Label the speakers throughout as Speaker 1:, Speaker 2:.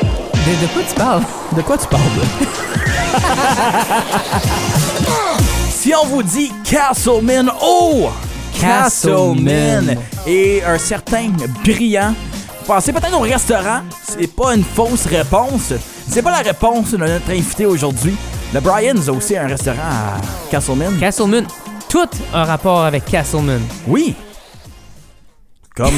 Speaker 1: de quoi tu parles?
Speaker 2: De quoi tu parles? si on vous dit Castleman, oh! Castleman!
Speaker 1: Castleman.
Speaker 2: Et un certain brillant. Vous pensez peut-être au restaurant, c'est pas une fausse réponse. C'est pas la réponse de notre invité aujourd'hui. Le Brian's a aussi un restaurant à Castleman.
Speaker 1: Castleman. Tout a rapport avec Castleman.
Speaker 2: Oui! Comme,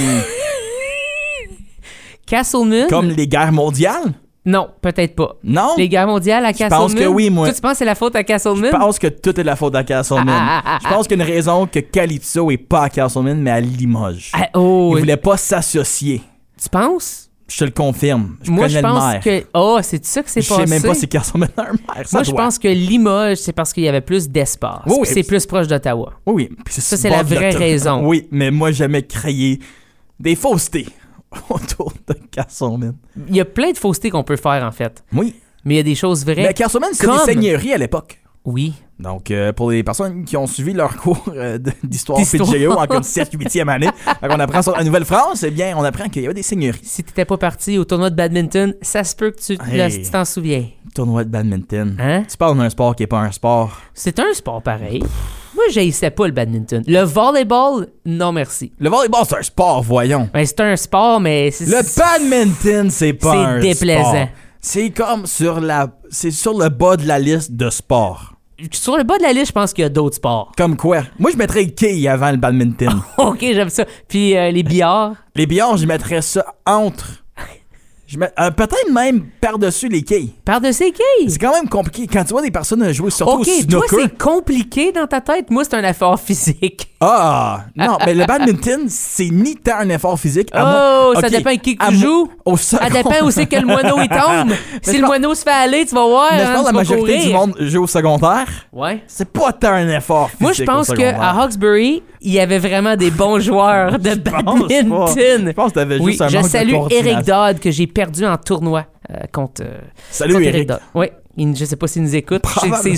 Speaker 1: Castleman?
Speaker 2: comme les guerres mondiales?
Speaker 1: Non, peut-être pas.
Speaker 2: Non?
Speaker 1: Les guerres mondiales à Castleman?
Speaker 2: pense que oui, moi.
Speaker 1: Toi, tu penses que c'est la faute à Castleman?
Speaker 2: Je pense que tout est de la faute à Castleman.
Speaker 1: Ah, ah, ah,
Speaker 2: Je pense qu'une raison que Calypso est pas à Castleman, mais à Limoges.
Speaker 1: Ah, oh,
Speaker 2: Il voulait pas s'associer.
Speaker 1: tu penses?
Speaker 2: Je te le confirme. Je
Speaker 1: moi,
Speaker 2: connais
Speaker 1: je
Speaker 2: le
Speaker 1: pense
Speaker 2: maire.
Speaker 1: que... Oh, c'est ça que c'est
Speaker 2: Je
Speaker 1: passé?
Speaker 2: sais même pas si Castleman a un maire. Ça
Speaker 1: Moi, je
Speaker 2: doit.
Speaker 1: pense que Limoges, c'est parce qu'il y avait plus d'espace.
Speaker 2: Oui, oui.
Speaker 1: Puis c'est plus proche d'Ottawa.
Speaker 2: Oui, oui. Puis
Speaker 1: Ça, c'est la
Speaker 2: bord de
Speaker 1: vraie
Speaker 2: l'autoroute.
Speaker 1: raison.
Speaker 2: Oui, mais moi, jamais créé des faussetés autour de Castleman.
Speaker 1: Il y a plein de faussetés qu'on peut faire, en fait.
Speaker 2: Oui.
Speaker 1: Mais il y a des choses vraies.
Speaker 2: Mais Castleman, c'est
Speaker 1: Comme-
Speaker 2: des seigneuries à l'époque.
Speaker 1: Oui.
Speaker 2: Donc, euh, pour les personnes qui ont suivi leur cours euh, de- d'histoire
Speaker 1: D'histoire.
Speaker 2: PGO en comme 7 8e année, on apprend sur la Nouvelle-France, eh bien, on apprend qu'il y avait des seigneuries.
Speaker 1: Si t'étais pas parti au tournoi de badminton, ça se peut que tu
Speaker 2: Hey.
Speaker 1: là, tu t'en souviens.
Speaker 2: Tournoi de badminton.
Speaker 1: Hein?
Speaker 2: Tu parles d'un sport qui n'est pas un sport.
Speaker 1: C'est un sport pareil. Moi, j'haïssais pas le badminton. Le volleyball, non merci.
Speaker 2: Le volleyball, c'est un sport, voyons.
Speaker 1: Ben, c'est un sport, mais c'est...
Speaker 2: Le badminton, c'est pas
Speaker 1: C'est
Speaker 2: un
Speaker 1: déplaisant.
Speaker 2: sport. C'est comme sur la. C'est sur le bas de la liste de sports.
Speaker 1: Sur le bas de la liste, je pense qu'il y a d'autres sports.
Speaker 2: Comme quoi? Moi, je mettrais le quai avant le badminton.
Speaker 1: OK, j'aime ça. Puis euh, les billards.
Speaker 2: les billards, je mettrais ça entre. Je mets- euh, Peut-être même par-dessus les quilles.
Speaker 1: Par-dessus les quilles.
Speaker 2: C'est quand même compliqué. Quand tu vois des personnes jouer
Speaker 1: OK,
Speaker 2: surtout au
Speaker 1: toi,
Speaker 2: snooker.
Speaker 1: c'est compliqué dans ta tête. Moi, c'est un effort physique.
Speaker 2: Ah! Non, mais le badminton, c'est ni tant un effort physique. à
Speaker 1: Oh,
Speaker 2: moins-
Speaker 1: ça
Speaker 2: Ok,
Speaker 1: dépend avec qui que
Speaker 2: à
Speaker 1: tu
Speaker 2: mo-
Speaker 1: joues.
Speaker 2: Au
Speaker 1: Ça
Speaker 2: second-
Speaker 1: dépend aussi que le moineau il tombe.
Speaker 2: Ah, je
Speaker 1: si le
Speaker 2: pense-
Speaker 1: moineau se fait aller, tu vas voir.
Speaker 2: Mais je
Speaker 1: hein,
Speaker 2: pense que la
Speaker 1: tu vas
Speaker 2: majorité
Speaker 1: courir.
Speaker 2: du monde joue au secondaire.
Speaker 1: Ouais.
Speaker 2: C'est pas tant un effort physique
Speaker 1: Moi, je pense
Speaker 2: au
Speaker 1: que
Speaker 2: secondaire.
Speaker 1: à Hawkesbury, il y avait vraiment des bons joueurs de
Speaker 2: Je pense pas. Je
Speaker 1: badminton.
Speaker 2: pense que t'avais
Speaker 1: Oui,
Speaker 2: juste un
Speaker 1: je
Speaker 2: manque de
Speaker 1: salue Eric
Speaker 2: coordination.
Speaker 1: Dodd que j'ai perdu en tournoi euh, contre, euh,
Speaker 2: Salut
Speaker 1: contre
Speaker 2: Eric.
Speaker 1: Dodd. Oui, il- je sais pas s'il nous écoute. Je sais que C'est
Speaker 2: Probablement.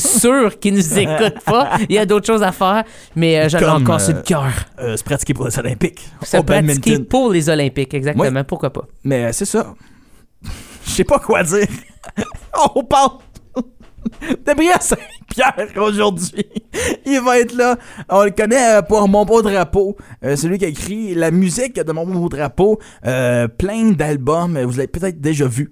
Speaker 1: sûr qu'il nous écoute pas. Il y a d'autres choses à faire, mais euh, je l'ai
Speaker 2: Comme,
Speaker 1: encore
Speaker 2: euh,
Speaker 1: sur le cœur.
Speaker 2: Euh, se pratiquer pour les Olympiques.
Speaker 1: Se
Speaker 2: au
Speaker 1: pratiquer
Speaker 2: badminton.
Speaker 1: pour les Olympiques, exactement. Pourquoi pas?
Speaker 2: Mais euh, c'est ça. Je sais pas quoi dire. On parle de Brian Saint-Pierre aujourd'hui. Il va être là. On le connaît euh, pour Mon Beau Drapeau. Euh, celui qui a écrit la musique de Mon Beau Drapeau. Euh, plein d'albums. Vous l'avez peut-être déjà vu.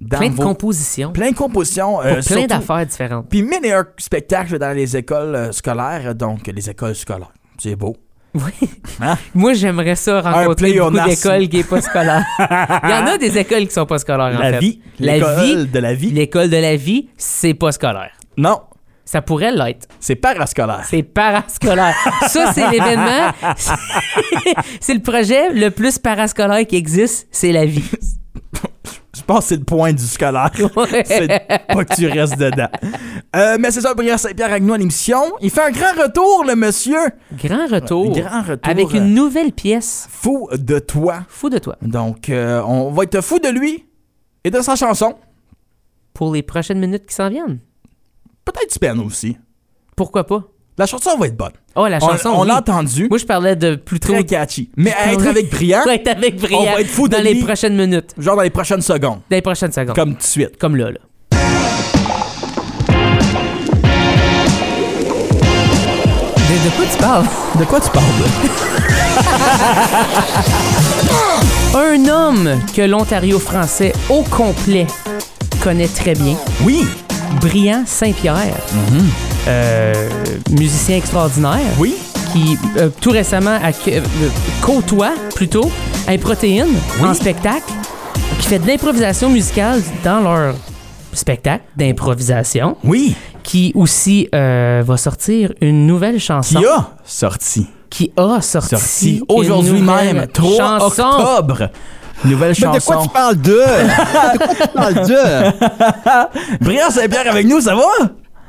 Speaker 2: Dans
Speaker 1: Plein de
Speaker 2: vos-
Speaker 1: compositions.
Speaker 2: plein de compositions. euh,
Speaker 1: Pour plein
Speaker 2: surtout-
Speaker 1: d'affaires différentes.
Speaker 2: Puis mille et un spectacles dans les écoles euh, scolaires, donc les écoles scolaires. C'est beau.
Speaker 1: Oui.
Speaker 2: Hein?
Speaker 1: Moi, j'aimerais ça rencontrer beaucoup
Speaker 2: pléonasme.
Speaker 1: d'écoles qui n'est pas scolaire. Il y en a des écoles qui sont pas scolaires, en
Speaker 2: la
Speaker 1: fait.
Speaker 2: vie.
Speaker 1: La vie.
Speaker 2: L'école de la vie.
Speaker 1: L'école de la vie, c'est pas scolaire.
Speaker 2: Non,
Speaker 1: Ça pourrait l'être.
Speaker 2: c'est parascolaire.
Speaker 1: C'est parascolaire. Ça, c'est l'événement. c'est le projet le plus parascolaire qui existe, c'est la vie.
Speaker 2: Je pense que c'est le point du scolaire. c'est pas que tu restes dedans. Euh, mais c'est ça, Brian Saint-Pierre avec nous à l'émission. Il fait un grand retour, le monsieur.
Speaker 1: Grand retour.
Speaker 2: Grand retour.
Speaker 1: Avec
Speaker 2: euh,
Speaker 1: une nouvelle pièce.
Speaker 2: Fou de toi.
Speaker 1: Fou de toi.
Speaker 2: Donc, euh, on va être fou de lui et de sa chanson.
Speaker 1: Pour les prochaines minutes qui s'en viennent.
Speaker 2: Peut-être du piano aussi.
Speaker 1: Pourquoi pas?
Speaker 2: La chanson va être bonne.
Speaker 1: Oh, la
Speaker 2: On-
Speaker 1: chanson.
Speaker 2: on
Speaker 1: oui.
Speaker 2: l'a entendue.
Speaker 1: Moi, je parlais de plutôt
Speaker 2: Très catchy. Mais à être avec Brian,
Speaker 1: On va être avec Brian
Speaker 2: On va être fous de
Speaker 1: dans les
Speaker 2: lui.
Speaker 1: prochaines minutes,
Speaker 2: genre dans les prochaines secondes.
Speaker 1: dans les prochaines secondes. Comme,
Speaker 2: Comme tout de suite.
Speaker 1: là, là.
Speaker 2: De, quoi tu parles? De quoi tu parles?
Speaker 1: Un homme que l'Ontario français au complet connaît très bien,
Speaker 2: Oui,
Speaker 1: Brian Saint-Pierre,
Speaker 2: Mm-hmm.
Speaker 1: Euh, musicien extraordinaire,
Speaker 2: oui,
Speaker 1: qui euh, tout récemment a que- euh, côtoie plutôt un protéine
Speaker 2: Oui.
Speaker 1: en spectacle, qui fait de l'improvisation musicale dans leur spectacle d'improvisation,
Speaker 2: oui.
Speaker 1: qui aussi euh, va sortir une nouvelle chanson.
Speaker 2: Qui a sorti?
Speaker 1: qui a sorti,
Speaker 2: Sorti
Speaker 1: une
Speaker 2: aujourd'hui
Speaker 1: nouvelle
Speaker 2: même, 3
Speaker 1: chanson.
Speaker 2: octobre. Nouvelle
Speaker 3: Mais de quoi
Speaker 2: chanson.
Speaker 3: tu parles de? De quoi tu parles de?
Speaker 2: Brian Saint-Pierre avec nous, ça va?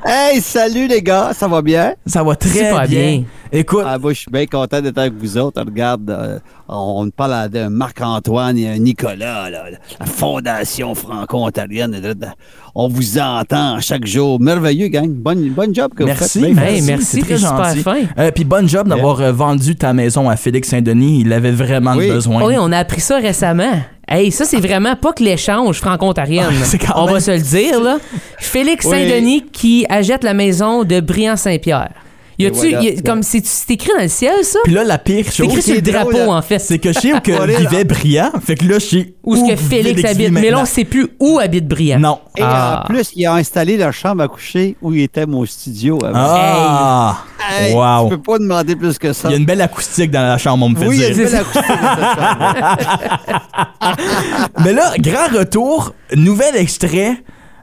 Speaker 3: Hey, salut les gars, ça va bien?
Speaker 2: Ça va très
Speaker 1: Super bien.
Speaker 2: Écoute,
Speaker 3: Ah, moi, je suis bien content d'être avec vous autres. Regarde, euh, on parle à- de Marc-Antoine et Nicolas, là, la Fondation franco-ontarienne. là, là. On vous entend chaque jour. Merveilleux, gang. Bonne, bonne job que
Speaker 2: merci.
Speaker 3: vous faites.
Speaker 1: Hey, merci,
Speaker 2: c'est très
Speaker 1: t'es super
Speaker 2: gentil.
Speaker 1: fin.
Speaker 2: Euh, Puis bonne job d'avoir euh, vendu ta maison à Félix Saint-Denis. Il avait vraiment
Speaker 3: Oui.
Speaker 1: Ah
Speaker 2: besoin.
Speaker 1: Oui, on a appris ça récemment. Hey, ça, c'est vraiment pas que l'échange franco-ontarienne.
Speaker 2: Ah, c'est quand
Speaker 1: On
Speaker 2: même-
Speaker 1: va se le dire, là. Félix
Speaker 2: Oui.
Speaker 1: Saint-Denis qui achète la maison de Briand-Saint-Pierre. Y a-tu.
Speaker 3: voilà.
Speaker 1: y a- comme c'est c'est écrit dans le ciel, ça?
Speaker 2: Puis là, la pire
Speaker 1: C'est
Speaker 2: chose,
Speaker 1: écrit sur le
Speaker 3: c'est drôle,
Speaker 1: drapeau,
Speaker 3: là.
Speaker 1: en fait.
Speaker 2: c'est que je sais où que
Speaker 3: Voilà.
Speaker 2: vivait Briand. Fait que là, je sais
Speaker 1: Où est-ce que Félix
Speaker 2: vit
Speaker 1: habite. Mais là,
Speaker 2: maintenant.
Speaker 1: on sait plus où habite Briand.
Speaker 2: Non.
Speaker 3: Et
Speaker 1: Ah.
Speaker 3: en plus, il a installé la chambre à coucher où il était mon studio. avant.
Speaker 2: Ah!
Speaker 3: Hey,
Speaker 2: wow!
Speaker 3: Tu peux pas demander plus que ça.
Speaker 2: Il y a une belle acoustique dans la chambre, on me fait
Speaker 3: Oui, il y a
Speaker 2: dire.
Speaker 3: une belle acoustique dans cette chambre.
Speaker 2: Mais là, grand retour, nouvel extrait.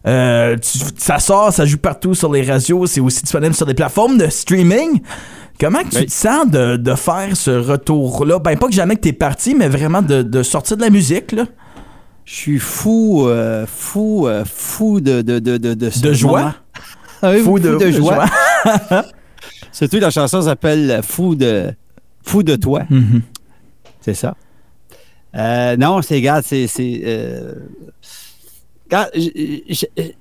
Speaker 2: Euh, tu- ça sort, ça joue partout sur les radios, c'est aussi disponible sur des plateformes de streaming. Comment que tu
Speaker 3: Oui.
Speaker 2: te sens de, de faire ce retour-là? Ben, pas que jamais que t'es parti, mais vraiment de, de sortir de la musique, là.
Speaker 3: Je suis fou, euh, fou, euh, fou de de de de de, ce
Speaker 2: De joie?
Speaker 3: moment. Ah oui, fou, de, joie. Surtout la chanson s'appelle Fou de fou de toi.
Speaker 2: Mhm.
Speaker 3: C'est ça. Euh, non, c'est regarde, c'est. c'est, euh, regarde, j- j- j-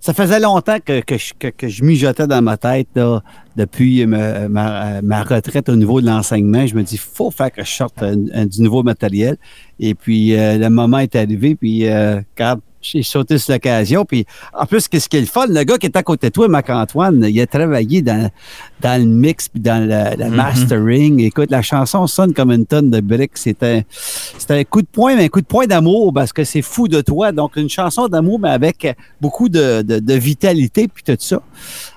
Speaker 3: ça faisait longtemps que, que, je, que, que je mijotais dans ma tête là, depuis ma, ma- ma retraite au niveau de l'enseignement. Je me dis, faut faire que je sorte un- un- du nouveau matériel. Et puis, euh, le moment est arrivé. Puis, euh, regarde, j'ai sauté sur l'occasion. Puis, en plus, qu'est-ce qui est le fun? Le gars qui est à côté de toi, Marc-Antoine, il a travaillé dans, dans le mix puis dans le, le mastering. Écoute, la chanson sonne comme une tonne de briques. C'est un, c'est un coup de poing, mais un coup de poing d'amour parce que c'est fou de toi. Donc, une chanson d'amour, mais avec beaucoup de, de, de vitalité puis tout ça.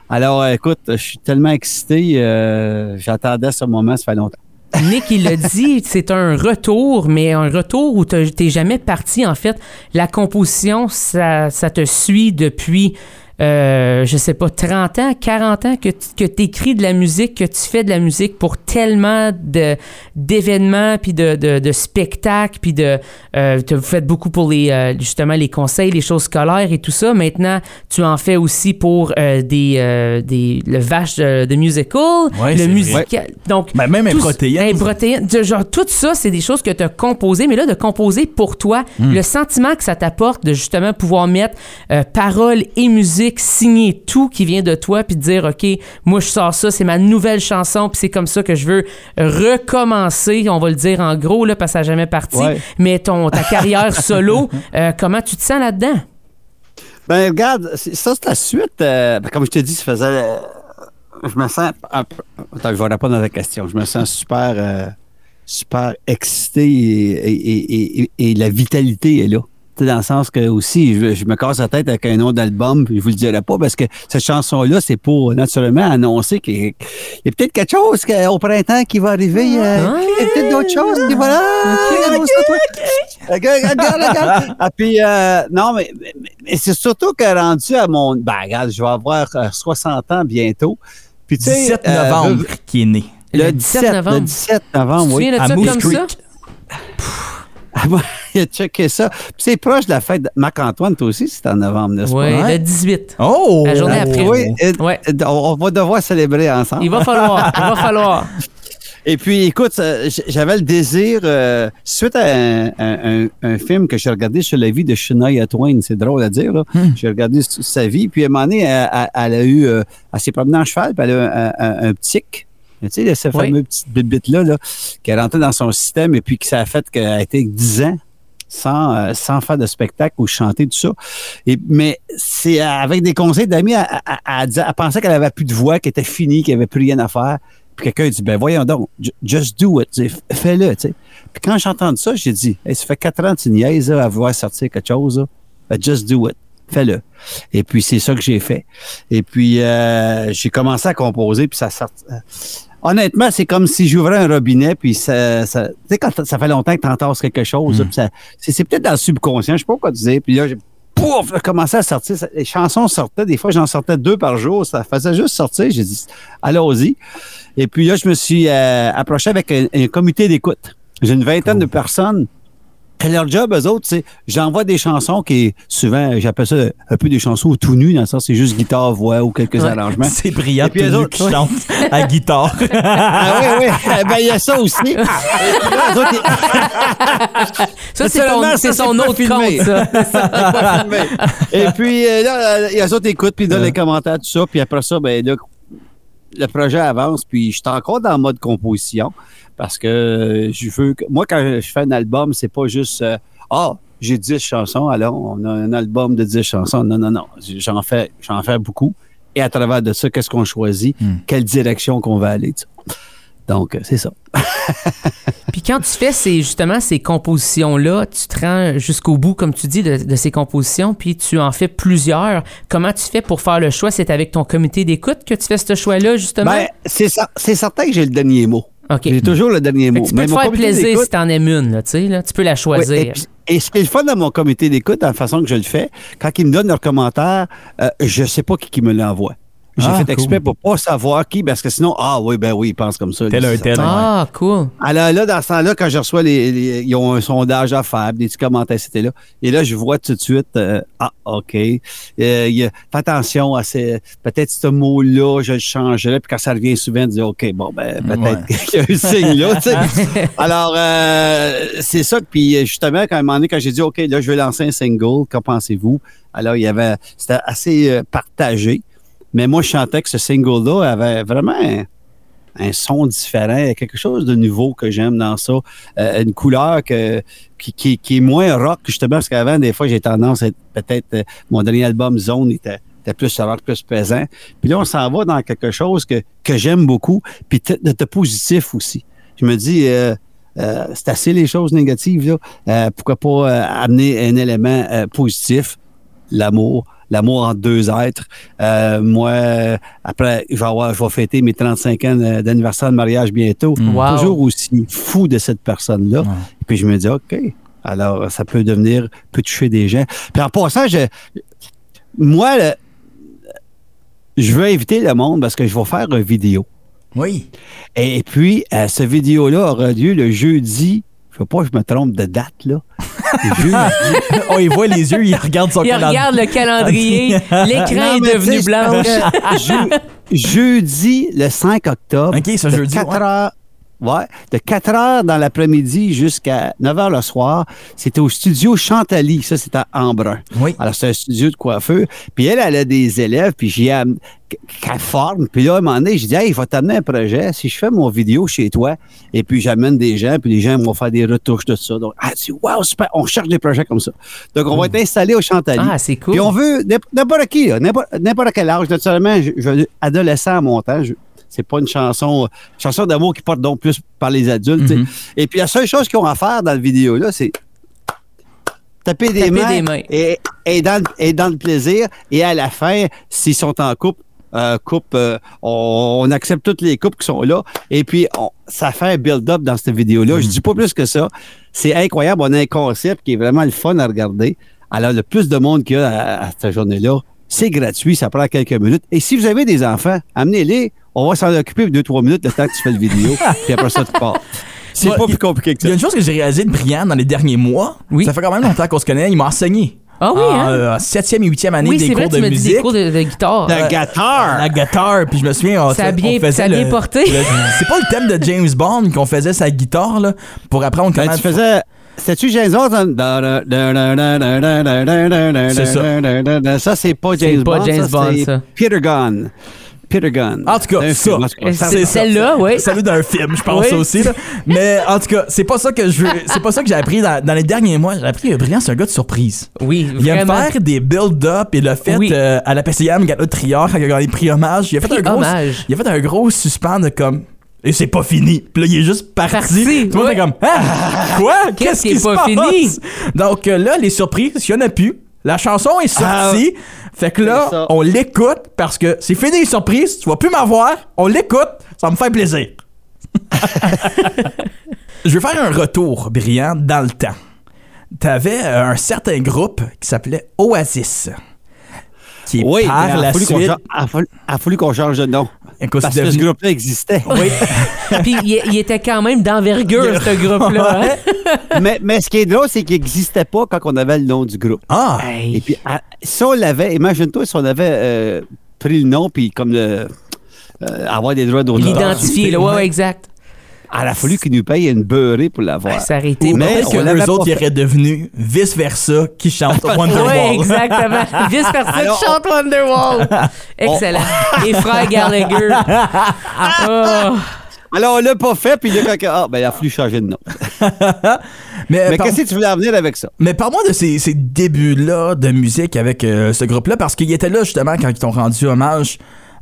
Speaker 3: Alors, euh, écoute, je suis tellement excité. euh, J'attendais ce moment, ça fait longtemps.
Speaker 1: Nick, il l'a dit, c'est un retour, mais un retour où t'as- t'es jamais parti, en fait. La composition, ça, ça te suit depuis, euh, je sais pas, 30 ans, 40 ans que tu que t'écris de la musique, que tu fais de la musique pour tellement de d'événements, puis de, de, de spectacles, puis de... euh, t'as- vous faites beaucoup pour les euh, justement les conseils, les choses scolaires et tout ça. Maintenant, tu en fais aussi pour euh, des, euh, des... le vache de, de musical,
Speaker 2: Ouais, c'est
Speaker 1: le
Speaker 2: vrai.
Speaker 1: musical... Donc,
Speaker 2: Ben, même un
Speaker 1: tout-
Speaker 2: protéine.
Speaker 1: un protéine. De- Genre, tout ça, c'est des choses que tu as composées, mais là, de composer pour toi,
Speaker 3: Hmm.
Speaker 1: le sentiment que ça t'apporte de justement pouvoir mettre euh, paroles et musique, signer tout qui vient de toi, puis de dire, OK, moi, je sors ça, c'est ma nouvelle chanson, puis c'est comme ça que je veux recommencer, on va le dire en gros, là, parce que ça n'a jamais parti.
Speaker 3: Ouais.
Speaker 1: Mais ton, ta carrière solo, euh, comment tu te sens là-dedans?
Speaker 3: Ben, regarde, c'est- ça, c'est la suite. euh, ben, comme je t'ai dit, ça faisait. euh, je me sens. un peu- Attends, je vais répondre à ta question. Je me sens super, euh, super excité et, et- et- et- et la vitalité est là. Tu sais, Dans le sens que aussi, je, je me casse la tête avec un nom d'album, puis je vous le dirai pas, parce que cette chanson-là, c'est pour naturellement annoncer qu'il y a, il y a peut-être quelque chose que- au printemps qui va arriver. euh,
Speaker 1: Ah.
Speaker 3: il y a peut-être d'autres choses qui vont là. Regarde, regarde, regarde. Ah, puis, euh, non, mais, mais- mais c'est surtout que rendu à mon. Ben, regarde, je vais avoir euh, 60 ans bientôt. Puis, tu sais,
Speaker 2: 17
Speaker 3: euh,
Speaker 2: novembre qui est né.
Speaker 1: Le
Speaker 3: le
Speaker 1: 17
Speaker 3: 17
Speaker 1: novembre.
Speaker 3: novembre. Le 17 novembre,
Speaker 1: tu
Speaker 3: Ah oui.
Speaker 1: te
Speaker 2: à
Speaker 1: souviens de
Speaker 2: Moose
Speaker 1: ça comme ça?
Speaker 2: Creek.
Speaker 3: Ah, moi, il a checké ça. Puis, c'est proche de la fête. de- Marc-Antoine, toi aussi, c'est en novembre, n'est-ce
Speaker 1: Oui,
Speaker 2: Ouais.
Speaker 1: le 18.
Speaker 2: Oh!
Speaker 1: La journée
Speaker 3: pas?
Speaker 1: après.
Speaker 3: Oui, et-
Speaker 1: Ouais.
Speaker 3: et on on va devoir célébrer ensemble.
Speaker 1: Il va falloir, il va falloir.
Speaker 3: Et puis, écoute, ça, j- j'avais le désir, euh, suite à un, un- un- un film que j'ai regardé sur la vie de Shania Twain, c'est drôle à dire, là. J'ai regardé sur sa vie, puis à un moment donné, elle, elle- elle a eu, euh, elle s'est promenée en cheval, puis elle a eu un, un- un petit tic. Tu sais, ce
Speaker 1: Oui.
Speaker 3: fameux petit bibite-là, là, qui est rentré dans son système et puis que ça a fait qu'elle a été 10 ans sans, euh, sans faire de spectacle ou chanter, tout ça. Et, mais c'est euh, avec des conseils d'amis, elle, elle- elle disait- elle pensait qu'elle avait plus de voix, qu'elle était finie, qu'elle avait plus rien à faire. Puis quelqu'un dit, ben voyons donc, ju- just do it, tu sais, f- fais-le, tu sais. Puis quand j'entends ça, j'ai dit, hey, ça fait quatre ans que tu niaises là, à vouloir sortir quelque chose, là. Ben, just do it, fais-le. Et puis c'est ça que j'ai fait. Et puis euh, j'ai commencé à composer, puis ça sort. euh, Honnêtement, c'est comme si j'ouvrais un robinet, puis ça, ça tu sais, quand ça fait longtemps que t'entasses quelque chose, là, puis ça- c'est, c'est peut-être dans le subconscient, je sais pas quoi dire, puis là, j'ai pouf, là, commencé à sortir, ça- les chansons sortaient, des fois j'en sortais deux par jour, ça faisait juste sortir, j'ai dit, allons-y. Et puis là, je me suis euh, approché avec un, un comité d'écoute. J'ai une vingtaine de personnes. Et leur job, eux autres, c'est j'envoie des chansons qui, souvent, j'appelle ça un peu des chansons tout nues, dans le sens c'est juste guitare, voix ou quelques
Speaker 1: Ouais.
Speaker 3: arrangements.
Speaker 2: C'est brillant,
Speaker 3: Et puis
Speaker 2: tout
Speaker 3: les
Speaker 2: nu
Speaker 3: autres,
Speaker 2: qui
Speaker 3: ouais.
Speaker 2: chante à guitare.
Speaker 3: Ah oui, oui, ben il y a ça aussi. Et puis là, eux autres, ils-
Speaker 1: Ça, c'est
Speaker 3: Seulement,
Speaker 1: ton,
Speaker 3: ça,
Speaker 1: c'est
Speaker 3: c'est
Speaker 1: ton
Speaker 3: pas
Speaker 1: autre
Speaker 3: filmé.
Speaker 1: compte, ça.
Speaker 3: Et puis euh, là, euh, les autres écoutent, puis ils donnent les commentaires, tout ça. Puis après ça, ben là, le projet avance, puis je suis encore dans le mode composition parce que euh, je veux. que- Moi, quand je fais un album, c'est pas juste. euh, Ah, j'ai 10 chansons, alors on a un album de 10 chansons. Non, non, non. J'en fais, j'en fais beaucoup. Et à travers de ça, qu'est-ce qu'on choisit? Quelle direction qu'on va aller? tu sais. Donc, euh, c'est ça.
Speaker 1: Puis quand tu fais ces, justement ces compositions-là, tu te rends jusqu'au bout, comme tu dis, de, de ces compositions, puis tu en fais plusieurs. Comment tu fais pour faire le choix? C'est avec ton comité d'écoute que tu fais ce choix-là, justement?
Speaker 3: Ben, c'est ça- c'est certain que j'ai le dernier mot.
Speaker 1: OK.
Speaker 3: J'ai toujours le dernier
Speaker 1: Fait
Speaker 3: mot.
Speaker 1: que tu peux
Speaker 3: Mais
Speaker 1: te
Speaker 3: mon
Speaker 1: faire
Speaker 3: comité
Speaker 1: plaisir
Speaker 3: d'écoute-
Speaker 1: si t'en aimes une, là, tu sais, là. Tu peux la
Speaker 3: Ouais,
Speaker 1: choisir.
Speaker 3: et, puis- et ce qui est le fun dans mon comité d'écoute, dans la façon que je le fais, quand ils me donnent leurs commentaires, euh, je sais pas qui, qui me l'envoie. J'ai
Speaker 2: Ah,
Speaker 3: fait exprès
Speaker 2: cool.
Speaker 3: pour pas savoir qui, parce que sinon, ah oui, ben oui, ils pensent comme ça.
Speaker 2: Tel
Speaker 3: lui,
Speaker 2: un
Speaker 3: c'est
Speaker 2: tel.
Speaker 3: ça.
Speaker 1: ah, cool.
Speaker 3: Alors là, dans ce temps-là, quand je reçois les, les- Ils ont un sondage à faire, des petits commentaires, c'était là. Et là, je vois tout de suite, euh, ah, OK. Euh, il y a- fais attention à ces. Peut-être ce mot-là, je le changerais. Puis quand ça revient souvent, je dis, OK, bon, ben, peut-être qu'il y a un signe là, tu sais. Alors, euh, c'est ça. Puis justement, quand à un moment donné, quand j'ai dit, OK, là, je vais lancer un single, qu'en pensez-vous? Alors, il y avait. C'était assez euh, partagé. Mais moi, je sentais que ce single-là avait vraiment un, un son différent, Il y a quelque chose de nouveau que j'aime dans ça, Euh, une couleur que, qui, qui, qui est moins rock, justement, parce qu'avant, des fois, j'ai tendance à être peut-être. euh, mon dernier album, Zone, était, était plus rock, plus pesant. Puis là, on s'en va dans quelque chose que, que j'aime beaucoup, puis t- de, de positif aussi. Je me dis. euh, euh, c'est assez les choses négatives. Là. Euh, pourquoi pas euh, amener un élément euh, positif l'amour, l'amour entre deux êtres. Euh, moi, euh, après, je vais, avoir- je vais fêter mes 35 ans euh, d'anniversaire de mariage bientôt.
Speaker 1: Wow.
Speaker 3: Toujours aussi fou de cette personne-là.
Speaker 2: Ouais.
Speaker 3: Puis je me dis, OK, alors ça peut devenir, peut toucher des gens. Puis en passant, je, moi, le- je veux inviter le monde parce que je vais faire une vidéo.
Speaker 2: Oui.
Speaker 3: Et puis, euh, ce vidéo-là aura lieu le jeudi. Je ne veux pas que je me trompe de date, là. jeudi.
Speaker 2: oh, il voit les yeux, il regarde son
Speaker 1: Il
Speaker 2: calendrier.
Speaker 1: regarde le calendrier. L'écran
Speaker 3: Ah. Non,
Speaker 1: est
Speaker 3: mais tu
Speaker 1: devenu
Speaker 3: sais, c'est
Speaker 1: blanc.
Speaker 3: parce que je- jeudi, le 5 octobre.
Speaker 2: OK, ce
Speaker 3: de
Speaker 2: jeudi,
Speaker 3: 4
Speaker 2: ouais.
Speaker 3: heures- ouais, de 4 heures dans l'après-midi jusqu'à 9 heures le soir. C'était au studio Chantaly. Ça, c'était à Embrun.
Speaker 2: Oui.
Speaker 3: Alors, c'est un studio de coiffeur. Puis elle, elle a des élèves, puis j'y am- qu- qu'elle forme. Puis là, à un moment donné, je dis, hey, il faut t'amener un projet. Si je fais mon vidéo chez toi, et puis j'amène des gens, puis les gens vont faire des retouches de ça. Donc, elle dit, wow, super, on cherche des projets comme ça. Donc, on va
Speaker 2: Hmm.
Speaker 3: être installé au Chantaly.
Speaker 1: Ah, c'est cool.
Speaker 3: Puis on veut n'imp- n'importe qui, là, n'importe n'importe quel âge. Naturellement, je, je- adolescent à mon temps, je- c'est pas une chanson, euh, chanson d'amour qui porte donc plus par les adultes. tu sais.
Speaker 1: Mm-hmm.
Speaker 3: Et puis la seule chose qu'ils ont à faire dans la vidéo là, c'est taper des
Speaker 1: Taper
Speaker 3: mains,
Speaker 1: des mains.
Speaker 3: Et, et dans, le- et dans le plaisir. Et à la fin, s'ils sont en couple, euh, couple, euh, on, on accepte toutes les couples qui sont là. Et puis on- ça fait un build-up dans cette vidéo là. Je
Speaker 2: Mm.
Speaker 3: dis pas plus que ça. C'est incroyable. On a un concept qui est vraiment le fun à regarder. Alors, le plus de monde qu'il y a à, à cette journée-là, c'est gratuit, ça prend quelques minutes. Et si vous avez des enfants, amenez-les. On va s'en occuper deux, trois minutes le temps que tu fais le vidéo, puis après ça, tu pars. C'est
Speaker 2: Moi,
Speaker 3: pas
Speaker 2: il-
Speaker 3: plus compliqué que
Speaker 2: Il y
Speaker 3: ça.
Speaker 2: a une chose que j'ai réalisée de Brian dans les derniers mois.
Speaker 1: Oui.
Speaker 2: Ça fait quand même longtemps qu'on se connaît. Il m'a enseigné.
Speaker 1: Ah oui,
Speaker 2: En,
Speaker 1: hein?
Speaker 2: euh, en septième et huitième année
Speaker 1: Oui,
Speaker 2: des
Speaker 1: c'est
Speaker 2: cours
Speaker 1: vrai,
Speaker 2: de
Speaker 1: tu me dis
Speaker 2: musique.
Speaker 1: des cours de, de guitare.
Speaker 3: La guitare!
Speaker 2: La guitare, puis je me souviens, on,
Speaker 1: Ça a bien-
Speaker 2: on faisait
Speaker 1: ça a bien
Speaker 2: le-
Speaker 1: porté.
Speaker 2: le- c'est pas le thème de James Bond qu'on faisait sa guitare là, pour apprendre
Speaker 3: Ben,
Speaker 2: comment.
Speaker 3: tu faisais. C'était-tu James Bond?
Speaker 2: C'est
Speaker 3: ça. Ça, c'est pas James
Speaker 1: pas
Speaker 3: Bond.
Speaker 1: James Bond,
Speaker 3: c'est
Speaker 1: ça.
Speaker 3: Peter Gunn. Peter Gunn.
Speaker 2: En tout cas,
Speaker 3: C'est un
Speaker 2: ça.
Speaker 3: film, en tout cas.
Speaker 1: C'est-
Speaker 3: Ça-
Speaker 1: celle-là, oui.
Speaker 2: Salut d'un film, je pense
Speaker 1: Oui.
Speaker 2: aussi. là. Mais en tout cas, c'est pas ça que je veux. C'est pas ça que j'ai appris dans, dans les derniers mois. J'ai appris que Brian, c'est un gars de surprise.
Speaker 1: Oui,
Speaker 2: Il aime
Speaker 1: vraiment.
Speaker 2: faire des build-up et le fait
Speaker 1: Oui.
Speaker 2: euh, à la PCM, Gala de Triard, quand il a gagné le prix hommage, il a fait un
Speaker 1: Prix
Speaker 2: gros,
Speaker 1: hommage.
Speaker 2: il a fait un gros suspens de comme et c'est pas fini. Puis là, il est juste parti.
Speaker 1: Parti,
Speaker 2: Tout le monde
Speaker 1: ouais.
Speaker 2: est comme ah, quoi Qu'est-ce
Speaker 1: qui
Speaker 2: qui
Speaker 1: est
Speaker 2: se
Speaker 1: pas
Speaker 2: passe?
Speaker 1: fini?
Speaker 2: Donc euh, là, les surprises, il y en a plus. La chanson est sortie. fait que
Speaker 3: Ah. c'est ça.
Speaker 2: là, on l'écoute parce que c'est fini les surprises. Tu vas plus m'avoir. On l'écoute. Ça me fait plaisir. Je vais faire un retour, Brian, dans le temps. T'avais euh, un certain groupe qui s'appelait Oasis. Qui
Speaker 3: Oui,
Speaker 2: par
Speaker 3: mais il
Speaker 2: la
Speaker 3: a fallu qu'on
Speaker 2: suite-
Speaker 3: cha- il a fallu- il a fallu qu'on change de nom.
Speaker 2: Et qu'on
Speaker 3: Parce
Speaker 2: s'est
Speaker 3: que ce
Speaker 2: devenu-
Speaker 3: groupe-là existait.
Speaker 2: Oui.
Speaker 1: Puis il, il était quand même d'envergure, ce groupe-là. hein?
Speaker 3: mais, mais ce qui est drôle, c'est qu'il n'existait pas quand on avait le nom du groupe.
Speaker 2: Ah!
Speaker 1: Hey.
Speaker 3: Et puis, à- si on l'avait, imagine-toi si on avait euh, pris le nom, puis comme le, euh, avoir des droits d'auteur.
Speaker 1: L'identifier, là. Ouais, ouais, exact.
Speaker 3: Ah, Il a fallu qu'ils nous payent une beurrée pour
Speaker 1: Ça
Speaker 3: l'avoir.
Speaker 1: s'est arrêté.
Speaker 3: Mais
Speaker 2: Mais
Speaker 3: on
Speaker 2: que
Speaker 3: l'avait
Speaker 2: les
Speaker 3: pas
Speaker 2: autres
Speaker 3: fait.
Speaker 2: ils auraient devenu vice-versa qui chante Wonderwall.
Speaker 1: Oui, exactement. Vice-versa
Speaker 3: Alors,
Speaker 1: qui chante Wonderwall. Excellent. Et frère Gallagher. Oh.
Speaker 3: Alors, on l'a pas fait, puis il y a quelqu'un. Ah, ben, il a fallu changer de nom.
Speaker 2: Mais,
Speaker 3: Mais
Speaker 2: par-
Speaker 3: qu'est-ce que tu voulais en venir avec ça?
Speaker 2: Mais parle-moi de ces, ces débuts-là de musique avec euh, ce groupe-là, parce qu'ils étaient là justement quand ils t'ont rendu hommage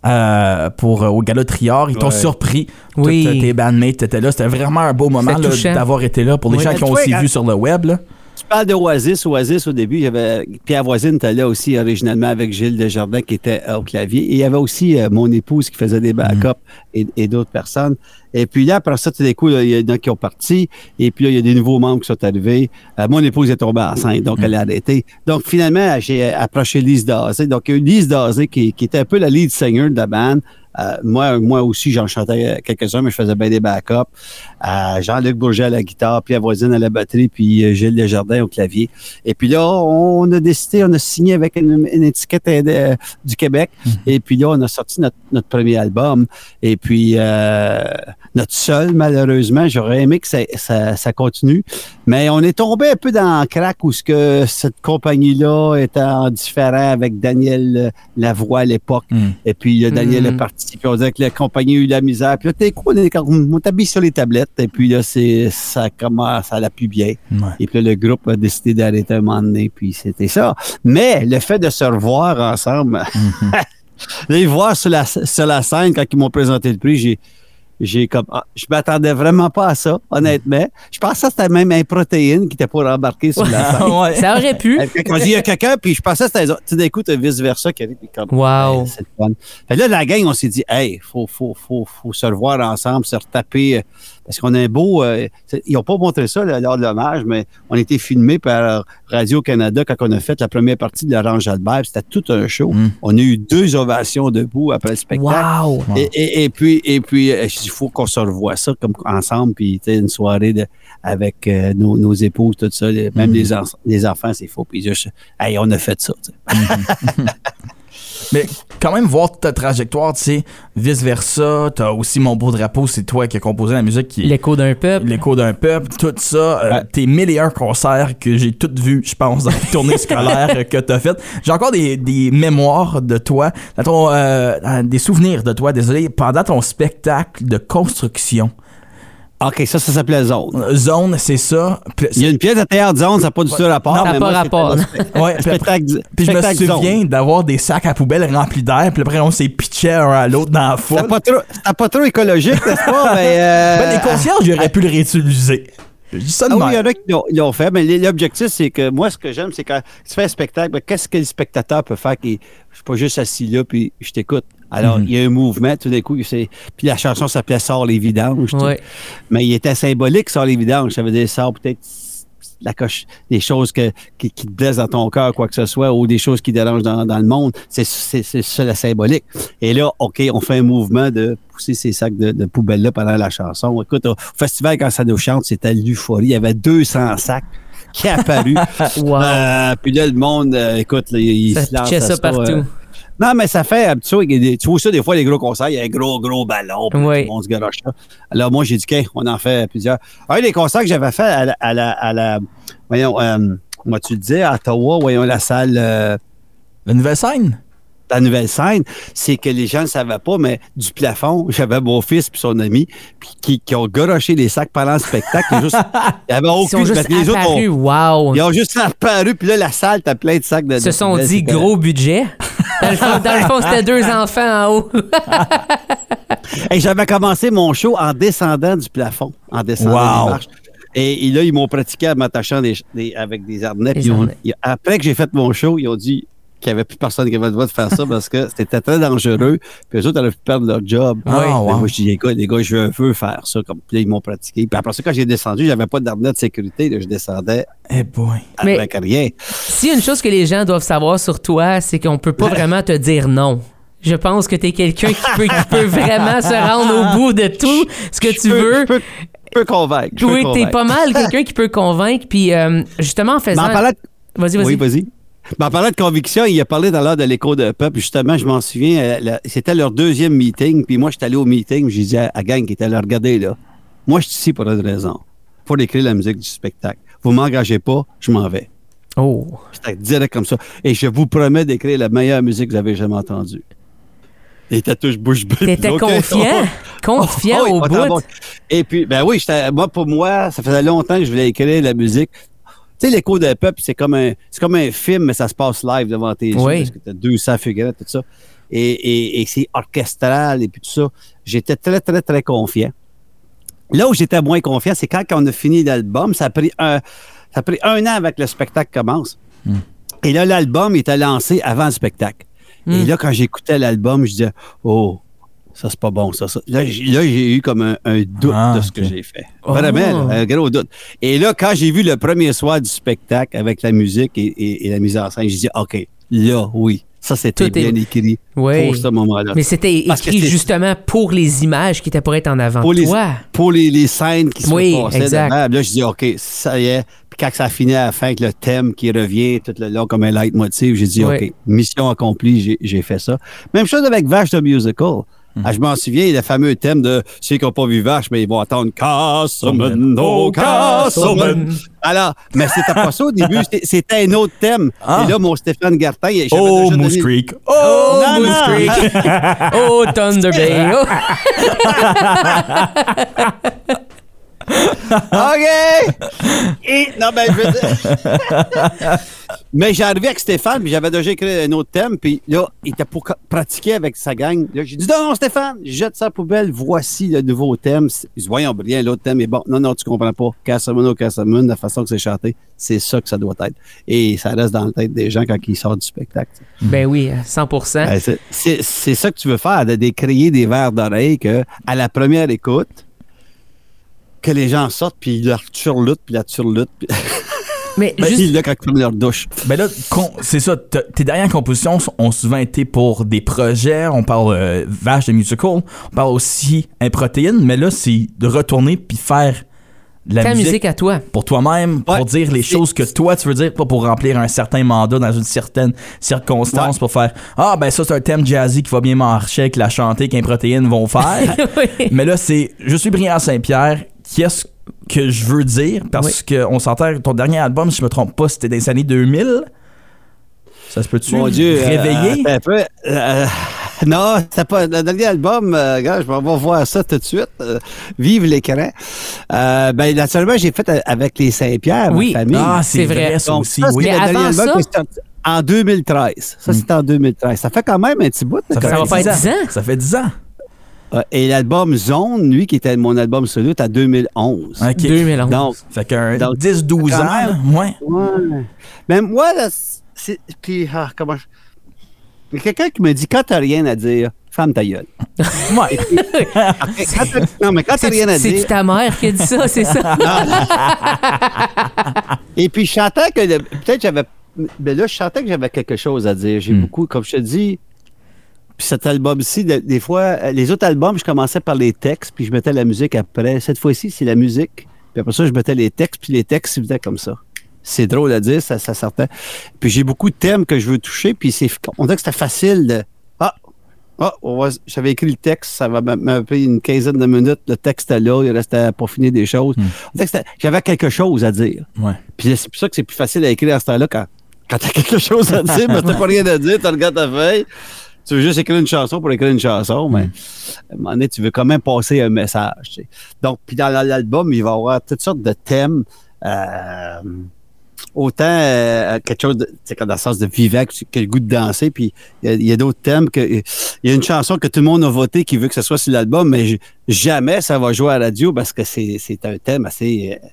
Speaker 2: euh, pour, euh, au gala Trior. Ils t'ont
Speaker 3: Ouais.
Speaker 2: surpris.
Speaker 1: Oui.
Speaker 2: Toutes, euh, tes bandmates étaient là. C'était vraiment un beau moment
Speaker 1: C'était
Speaker 2: là,
Speaker 1: touchant.
Speaker 2: d'avoir été là pour les
Speaker 1: Oui.
Speaker 2: gens
Speaker 3: Mais
Speaker 2: qui ont
Speaker 3: toi,
Speaker 2: aussi
Speaker 3: quand-
Speaker 2: vu sur le web. Là.
Speaker 3: Tu parles de Oasis. Oasis, au début, il y avait Pierre Voisine était là aussi originalement avec Gilles Desjardins qui était euh, au clavier. Et il y avait aussi euh, mon épouse qui faisait des backups et, et d'autres personnes. Et puis là, après ça, tout d'un coup, là, il y en a qui ont parti. Et puis là, il y a des nouveaux membres qui sont arrivés. Euh, mon épouse est tombée enceinte, donc elle a arrêté. Donc finalement, j'ai euh, approché Lise Dazé. Donc il y a eu Lise Dazé qui, qui était un peu la lead singer de la bande. Euh, moi, moi aussi, j'en chantais euh, quelques-uns, mais je faisais bien des backups. Euh, Jean-Luc Bourget à la guitare, puis voisine à la batterie, puis euh, Gilles Desjardins au clavier. Et puis là, on a décidé, on a signé avec une, une étiquette euh, du Québec. Et puis là, on a sorti notre, notre premier album. Et puis, euh, notre seul, malheureusement, j'aurais aimé que ça, ça, ça continue. Mais on est tombé un peu dans le crack où ce que cette compagnie-là était en différent avec Daniel euh, Lavoie à l'époque. Et puis, euh, Daniel
Speaker 1: Mhm.
Speaker 3: est parti. Puis, on disait que la compagnie a eu la misère. Puis là, t'es quoi? On est- On t'habille sur les tablettes. Et puis là, c'est, ça commence à la plus bien.
Speaker 2: Hmm.
Speaker 3: Et puis là, le groupe a décidé d'arrêter un moment donné, puis c'était ça. Mais le fait de se revoir ensemble, les voir sur la, sur la scène quand ils m'ont présenté le prix, j'ai j'ai comme ah, je m'attendais vraiment pas à ça, honnêtement. Je pensais que c'était même un protéine qui était pour embarquer sur la scène.
Speaker 2: Ouais.
Speaker 1: Ça aurait pu.
Speaker 3: Quand il y a quelqu'un, puis je pensais que c'était les autres. Tout d'un coup, t'as vice-versa qui arrive, puis comme,
Speaker 1: Wow.
Speaker 3: hey, Ben, c'est le fun. Fait là, la gang, on s'est dit, hey, faut, faut, faut, faut se revoir ensemble, se retaper, euh, parce qu'on a un beau... euh, c'est- ils ont pas montré ça là, lors de l'hommage, mais on a été filmé par Radio-Canada quand on a fait la première partie de l'Orange Albert, puis c'était tout un show.
Speaker 2: Mm.
Speaker 3: On a eu deux ovations debout après le spectacle.
Speaker 1: Wow.
Speaker 2: Wow.
Speaker 3: Et, et- et puis, et puis euh, je dis, faut qu'on se revoie ça comme ensemble, puis tu sais, une soirée de- avec euh, nos, nos épouses, tout ça, les- même
Speaker 2: Mhm.
Speaker 3: les, en- les enfants, c'est faux. Puis juste, hey, on a fait ça. tu sais.
Speaker 2: Mais quand même, voir ta trajectoire, tu sais, vice-versa, t'as aussi Mon Beau Drapeau, c'est toi qui as composé la musique qui est
Speaker 1: L'écho d'un peuple.
Speaker 2: L'écho d'un peuple, tout ça, euh,
Speaker 3: Ouais.
Speaker 2: tes mille et un concerts que j'ai toutes vus, je pense, dans les tournées scolaires que t'as faites. J'ai encore des, des mémoires de toi, dans ton, euh, euh, des souvenirs de toi, désolé, pendant ton spectacle de construction.
Speaker 3: OK, ça, ça s'appelait Zone.
Speaker 2: Euh, Zone, c'est ça. Puis-
Speaker 3: Il y a une pièce de théâtre Zone, ça n'a pas du tout rapport.
Speaker 1: Ça n'a
Speaker 3: mais
Speaker 1: pas
Speaker 3: moi,
Speaker 1: rapport.
Speaker 3: c'était le
Speaker 2: Ouais, puis
Speaker 3: spe-
Speaker 2: après-
Speaker 3: Spectacle,
Speaker 2: puis je me
Speaker 3: spectacle Zone.
Speaker 2: souviens d'avoir des sacs à poubelle remplis d'air, puis après on s'est pitché un à l'autre dans la foule.
Speaker 3: C'était pas, trop- c'était pas trop écologique, n'est-ce pas? Mais,
Speaker 2: Ben,
Speaker 3: euh,
Speaker 2: les concierges, j'aurais pu le réutiliser. Je dis ça de
Speaker 3: Ah oui, il y
Speaker 2: même.
Speaker 3: en a qui l'ont- l'ont fait, mais l'objectif, c'est que moi, ce que j'aime, c'est quand tu fais un spectacle, ben, qu'est-ce que le spectateur peut faire qui je suis pas juste assis là puis je t'écoute. Alors,
Speaker 2: Mhm.
Speaker 3: il y a un mouvement, tout d'un coup, c'est. Puis la chanson s'appelait Sors les vidanges. tu sais.
Speaker 1: Ouais.
Speaker 3: Mais il était symbolique, Sors les vidanges. Ça veut dire sors peut-être la coche, des choses que, qui, qui te blessent dans ton cœur, quoi que ce soit, ou des choses qui dérangent dans, dans le monde. C'est c'est- c'est ça la symbolique. Et là, OK, on fait un mouvement de pousser ces sacs de, de poubelles-là pendant la chanson. Écoute, au festival, quand ça nous chante, c'était l'euphorie. Il y avait 200 sacs qui apparus.
Speaker 1: Wow.
Speaker 3: Euh, puis là, le monde, euh, écoute, là, il
Speaker 1: Ça
Speaker 3: se lance
Speaker 1: pitchait
Speaker 3: à
Speaker 1: ça
Speaker 3: euh.
Speaker 1: partout.
Speaker 3: Non, mais ça fait, tu vois, il y a des- tu vois ça des fois, les gros concerts, il y a un gros, gros ballon, puis
Speaker 1: Oui.
Speaker 3: tout le monde se garoche là. Alors moi, j'ai dit, OK, on en fait plusieurs. Un des concerts que j'avais fait à la, à la, à la- voyons, euh, moi, tu le dis, à Ottawa, voyons, la salle... euh,
Speaker 2: La nouvelle scène?
Speaker 3: la nouvelle scène, c'est que les gens ne savaient pas, mais du plafond, j'avais mon fils puis son ami puis qui, qui ont garoché les sacs pendant le spectacle. Juste, il y avait
Speaker 1: Ils
Speaker 3: aucune.
Speaker 1: sont
Speaker 3: parce
Speaker 1: juste
Speaker 3: que les autres
Speaker 1: apparus.
Speaker 3: ont-
Speaker 1: Wow.
Speaker 3: ils ont juste apparu, puis là, la salle, t'as plein de sacs de.
Speaker 1: se
Speaker 3: de-
Speaker 1: sont
Speaker 3: de-
Speaker 1: dit
Speaker 3: de-
Speaker 1: gros budget. Dans le fond, dans le fond, c'était deux enfants en haut.
Speaker 3: Hey, J'avais commencé mon show en descendant du plafond, en descendant
Speaker 2: Wow.
Speaker 3: des marches. Et, et là, ils m'ont pratiqué en m'attachant des- des- avec des harnais.
Speaker 1: Des
Speaker 3: puis ils ont-
Speaker 1: harnais.
Speaker 3: ils- après que j'ai fait mon show, ils ont dit qu'il n'y avait plus personne qui avait le droit de faire ça parce que c'était très dangereux. Puis eux autres, ils allaient perdre leur job.
Speaker 2: Ah,
Speaker 3: Mais
Speaker 2: wow.
Speaker 3: Moi, je dis, les gars, les gars, je veux- veux faire ça. Comme, puis là, ils m'ont pratiqué. Puis après ça, quand j'ai descendu, j'avais pas d'harnais de sécurité. là, je descendais
Speaker 2: Eh boy.
Speaker 1: Mais-
Speaker 3: avec rien.
Speaker 1: Si une chose que les gens doivent savoir sur toi, c'est qu'on peut pas vraiment te dire non. Je pense que t'es quelqu'un qui peut, qui peut vraiment se rendre au bout de tout ce que
Speaker 3: Je
Speaker 1: tu
Speaker 3: peux-
Speaker 1: veux.
Speaker 3: Je peux, je peux convaincre. je peux
Speaker 1: Oui, t'es
Speaker 3: convaincre.
Speaker 1: pas mal quelqu'un qui peut convaincre. Puis euh, justement, en
Speaker 3: Mais
Speaker 1: faisant...
Speaker 3: en parlant de-
Speaker 1: Vas-y, vas-y.
Speaker 3: Oui, vas-y. Ben, en parlant de conviction, il a parlé dans l'heure de l'écho de peuple. Justement, je m'en souviens, euh, la- c'était leur deuxième meeting. Puis moi, j'étais allé au meeting. J'ai dit à, à Gang qui était là, regardez là, moi, je suis ici pour une raison. Pour écrire la musique du spectacle. Vous m'engagez pas, je m'en vais.
Speaker 1: Oh.
Speaker 3: C'était direct comme ça. Et je vous promets d'écrire la meilleure musique que vous avez jamais entendue. Il était tous bouche bée.
Speaker 1: T'étais
Speaker 3: Ok,
Speaker 1: confiant?
Speaker 3: on-
Speaker 1: confiant
Speaker 3: Oh, oui,
Speaker 1: au
Speaker 3: autant
Speaker 1: bout.
Speaker 3: bon. Et puis, ben oui, j'étais- moi, pour moi, ça faisait longtemps que je voulais écrire la musique. Tu sais, l'écho d'un peuple, c'est comme, un, c'est comme un film, mais ça se passe live devant tes
Speaker 1: Oui.
Speaker 3: yeux parce que tu as 200 figurants, tout ça. Et, et- et c'est orchestral et puis tout ça. J'étais très, très, très confiant. Là où j'étais moins confiant, c'est quand on a fini l'album, ça a pris un, ça a pris un an avec le spectacle commence.
Speaker 1: Hmm.
Speaker 3: Et là, l'album était lancé avant le spectacle.
Speaker 1: Hmm.
Speaker 3: Et là, quand j'écoutais l'album, je disais, oh, ça, c'est pas bon, ça, ça. Là, j'ai là, j'ai eu comme un, un doute
Speaker 2: Ah,
Speaker 3: de ce que
Speaker 2: ok.
Speaker 3: j'ai fait.
Speaker 1: Oh.
Speaker 3: Vraiment, là, un gros doute. Et là, quand j'ai vu le premier soir du spectacle avec la musique et, et- et la mise en scène, j'ai dit, OK, là, oui, ça, c'était
Speaker 1: Tout est-
Speaker 3: bien écrit
Speaker 1: Oui.
Speaker 3: pour ce moment-là.
Speaker 1: Mais c'était
Speaker 3: Parce que
Speaker 1: écrit
Speaker 3: c'est-
Speaker 1: justement pour les images qui étaient pour être en avant
Speaker 3: Pour
Speaker 1: de
Speaker 3: les,
Speaker 1: toi.
Speaker 3: pour les, les scènes qui se
Speaker 1: Oui,
Speaker 3: passaient
Speaker 1: exact.
Speaker 3: devant, là, je dis, OK, ça y est. Puis quand ça finit à la fin avec le thème qui revient tout le long comme un leitmotiv, j'ai dit,
Speaker 1: Oui.
Speaker 3: OK, mission accomplie, j'ai- j'ai fait ça. Même chose avec Vache de Musical. Ah, je m'en souviens, le fameux thème de ceux qui n'ont pas vu Vache, mais ils vont entendre Castleman, oh Castleman. Alors, mais c'était pas ça au début, c'était- c'était un autre thème.
Speaker 2: Ah.
Speaker 3: Et là, mon Stéphane Gartin, il
Speaker 2: Oh, Moose Creek. Oh,
Speaker 3: Non,
Speaker 2: Moose
Speaker 3: non.
Speaker 2: Creek.
Speaker 1: Oh, Thunder Bay! Oh.
Speaker 3: OK! Et, non, ben, je veux dire. Mais j'arrivais avec Stéphane, puis j'avais déjà écrit un autre thème, puis là, il était pour ca- pratiquer avec sa gang. Là, j'ai dit, non, non, Stéphane, jette ça à la poubelle, voici le nouveau thème. C'est- Il dit, voyons, brillant, l'autre thème est bon. Non, non, tu comprends pas. Cassamono, Cassamono, la façon que c'est chanté, c'est ça que ça doit être. Et ça reste dans la tête des gens quand ils sortent du spectacle.
Speaker 1: Ben oui, à 100%.
Speaker 3: Ben, c'est- c'est c'est ça que tu veux faire, de décrier des verres d'oreille que, à la première écoute, que les gens sortent, puis ils leur turlutent, puis la turlutent, puis
Speaker 1: Mais
Speaker 3: ben,
Speaker 1: juste,
Speaker 3: ils là quand ils prennent leur douche.
Speaker 2: Ben là, con- c'est ça, t- tes dernières compositions sont- ont souvent été pour des projets. On parle euh, vache de musical, on parle aussi improtéine, mais là, c'est de retourner puis faire de la
Speaker 1: ta
Speaker 2: musique,
Speaker 1: musique à toi.
Speaker 2: pour toi-même,
Speaker 3: Ouais.
Speaker 2: pour dire les
Speaker 3: C'est-
Speaker 2: choses que toi tu veux dire, pas pour remplir un certain mandat dans une certaine circonstance pour faire Ah, ben ça, c'est un thème jazzy qui va bien marcher avec la chantée qu'improtéine vont faire.
Speaker 1: Oui.
Speaker 2: Mais là, c'est Je suis brillant Saint-Pierre. Qu'est-ce que je veux dire? Parce que qu'on s'entend, ton dernier album, si je me trompe pas, c'était dans les années 2000. Ça se peut-tu?
Speaker 3: Mon Dieu. euh,
Speaker 2: Réveillé?
Speaker 3: attends un peu. Euh, non, c'est pas le dernier album. euh, regarde, je vais on va voir ça tout de suite. euh, vive l'écran. Euh, ben, naturellement, j'ai fait euh, avec les Saint-Pierre,
Speaker 1: Oui.
Speaker 3: ma famille.
Speaker 2: ah,
Speaker 1: c'est
Speaker 2: c'est vrai,
Speaker 1: vrai.
Speaker 2: ça
Speaker 3: Donc,
Speaker 2: aussi.
Speaker 3: ça,
Speaker 2: oui.
Speaker 3: c'est
Speaker 1: Mais
Speaker 3: le dernier
Speaker 1: avant
Speaker 3: album
Speaker 1: ça-
Speaker 3: que j'ai sorti en 2013. Ça, c'était en 2013. Ça fait quand même un petit bout. là,
Speaker 1: Ça
Speaker 2: fait
Speaker 1: va faire 10 ans.
Speaker 2: Ça fait 10 ans.
Speaker 3: Ouais, Euh, Et l'album Zone, lui, qui était mon album solo, est à 2011.
Speaker 2: OK.
Speaker 1: 2011.
Speaker 3: Donc,
Speaker 2: Fait qu'un
Speaker 3: Donc,
Speaker 2: 10-12
Speaker 3: quand
Speaker 2: ans, ouais.
Speaker 3: ouais. Mais moi, là, c'est. Puis, ah, comment je. Il y a quelqu'un qui me dit quand t'as rien à dire, femme ta gueule.
Speaker 2: Ouais.
Speaker 3: Après, quand t'as- non, mais quand t'as
Speaker 1: Ah, C'est-
Speaker 3: rien à
Speaker 1: C'est-tu
Speaker 3: dire.
Speaker 1: ta mère qui a dit ça, c'est ça?
Speaker 3: Et puis, je sentais que. le- Peut-être j'avais. Mais là, je sentais que j'avais quelque chose à dire. J'ai beaucoup, comme je te dis. Puis cet album-ci, de- des fois, euh, les autres albums, je commençais par les textes, puis je mettais la musique après. Cette fois-ci, c'est la musique. Puis après ça, je mettais les textes, puis les textes, ils venaient comme ça. C'est drôle à dire, ça, ça sortait. Puis j'ai beaucoup de thèmes que je veux toucher, puis c'est, on dirait que c'était facile de. Ah, ah on va- j'avais écrit le texte, ça va m'a- m'a pris une quinzaine de minutes, le texte était là, il restait à peaufiner des choses. On dirait que c'était- j'avais quelque chose à dire.
Speaker 2: Ouais.
Speaker 3: Puis c'est pour ça que c'est plus facile à écrire à ce temps-là quand, quand t'as quelque chose à dire, mais t'as pas rien à dire, tu regardes ta feuille. Tu veux juste écrire une chanson pour écrire une chanson, mais à un moment donné, tu veux quand même passer un message. tu sais. Donc, puis dans l'album, il va y avoir toutes sortes de thèmes. euh, autant euh, quelque chose de, tu sais, dans le sens de vivant que, que le goût de danser. Puis il y a- il y a, d'autres thèmes. que Il y a une chanson que tout le monde a votée qui veut que ce soit sur l'album, mais j- jamais ça va jouer à la radio parce que c'est c'est un thème assez. euh,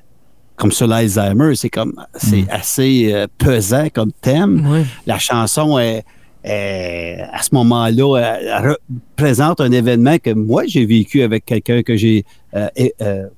Speaker 3: comme sur l'Alzheimer, c'est comme c'est assez euh, pesant comme thème
Speaker 1: Oui.
Speaker 3: la chanson est, est- à ce moment-là elle- elle représente un événement que moi j'ai vécu avec quelqu'un que j'ai euh, é- euh,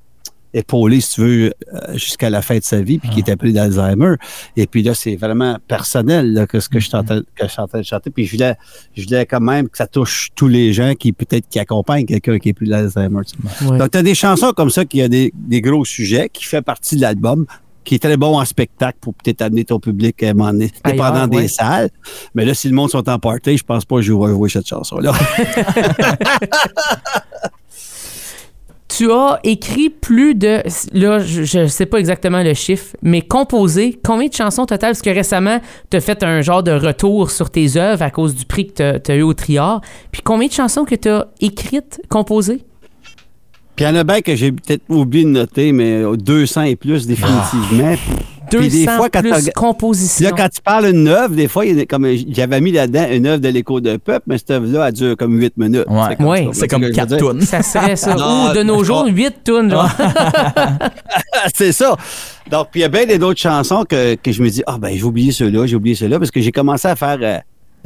Speaker 3: épaulé, si tu veux, euh, jusqu'à la fin de sa vie, puis qui était pris d'Alzheimer. Et puis là, c'est vraiment personnel là, que ce que je suis en train- que je suis en train de chanter. Puis je voulais, je voulais quand même que ça touche tous les gens qui peut-être qui accompagnent quelqu'un qui est pris d'Alzheimer. tu sais.
Speaker 1: Ouais.
Speaker 3: Donc, tu as des chansons comme ça qui a des, des gros sujets, qui fait partie de l'album, qui est très bon en spectacle pour peut-être amener ton public à un moment donné,
Speaker 1: Ailleurs,
Speaker 3: dépendant
Speaker 1: ouais.
Speaker 3: des salles. Mais là, si le monde sont en party, je pense pas que je vais jouer cette chanson-là.
Speaker 1: Tu as écrit plus de. Là, je, je sais pas exactement le chiffre, mais composé, combien de chansons totales? Parce que récemment, tu as fait un genre de retour sur tes œuvres à cause du prix que tu as, eu au Triard. Puis combien de chansons que tu as écrites, composées?
Speaker 3: Puis il y en a bien que j'ai peut-être oublié de noter, mais 200 et plus définitivement.
Speaker 1: Ah. 200
Speaker 3: Puis des fois, quand
Speaker 1: plus
Speaker 3: t'as-
Speaker 1: compositions.
Speaker 3: Là, quand tu parles d'une œuvre, des fois, il y a- comme j'avais mis là-dedans une œuvre de l'écho de peuple, mais cette œuvre-là, elle dure comme 8 minutes.
Speaker 2: Ouais.
Speaker 3: C'est comme,
Speaker 1: Ouais.
Speaker 3: ça,
Speaker 2: C'est
Speaker 3: tu
Speaker 2: comme
Speaker 3: vois ce que je veux dire?
Speaker 2: 4 tonnes.
Speaker 1: Ça serait ça.
Speaker 3: Non,
Speaker 1: Ou de nos jours,
Speaker 3: non.
Speaker 1: 8 tonnes. genre.
Speaker 3: Ah, c'est ça. Donc, puis il y a bien des autres chansons que, que je me dis, ah ben j'ai oublié ceux-là, j'ai oublié ceux-là, parce que j'ai commencé à faire euh,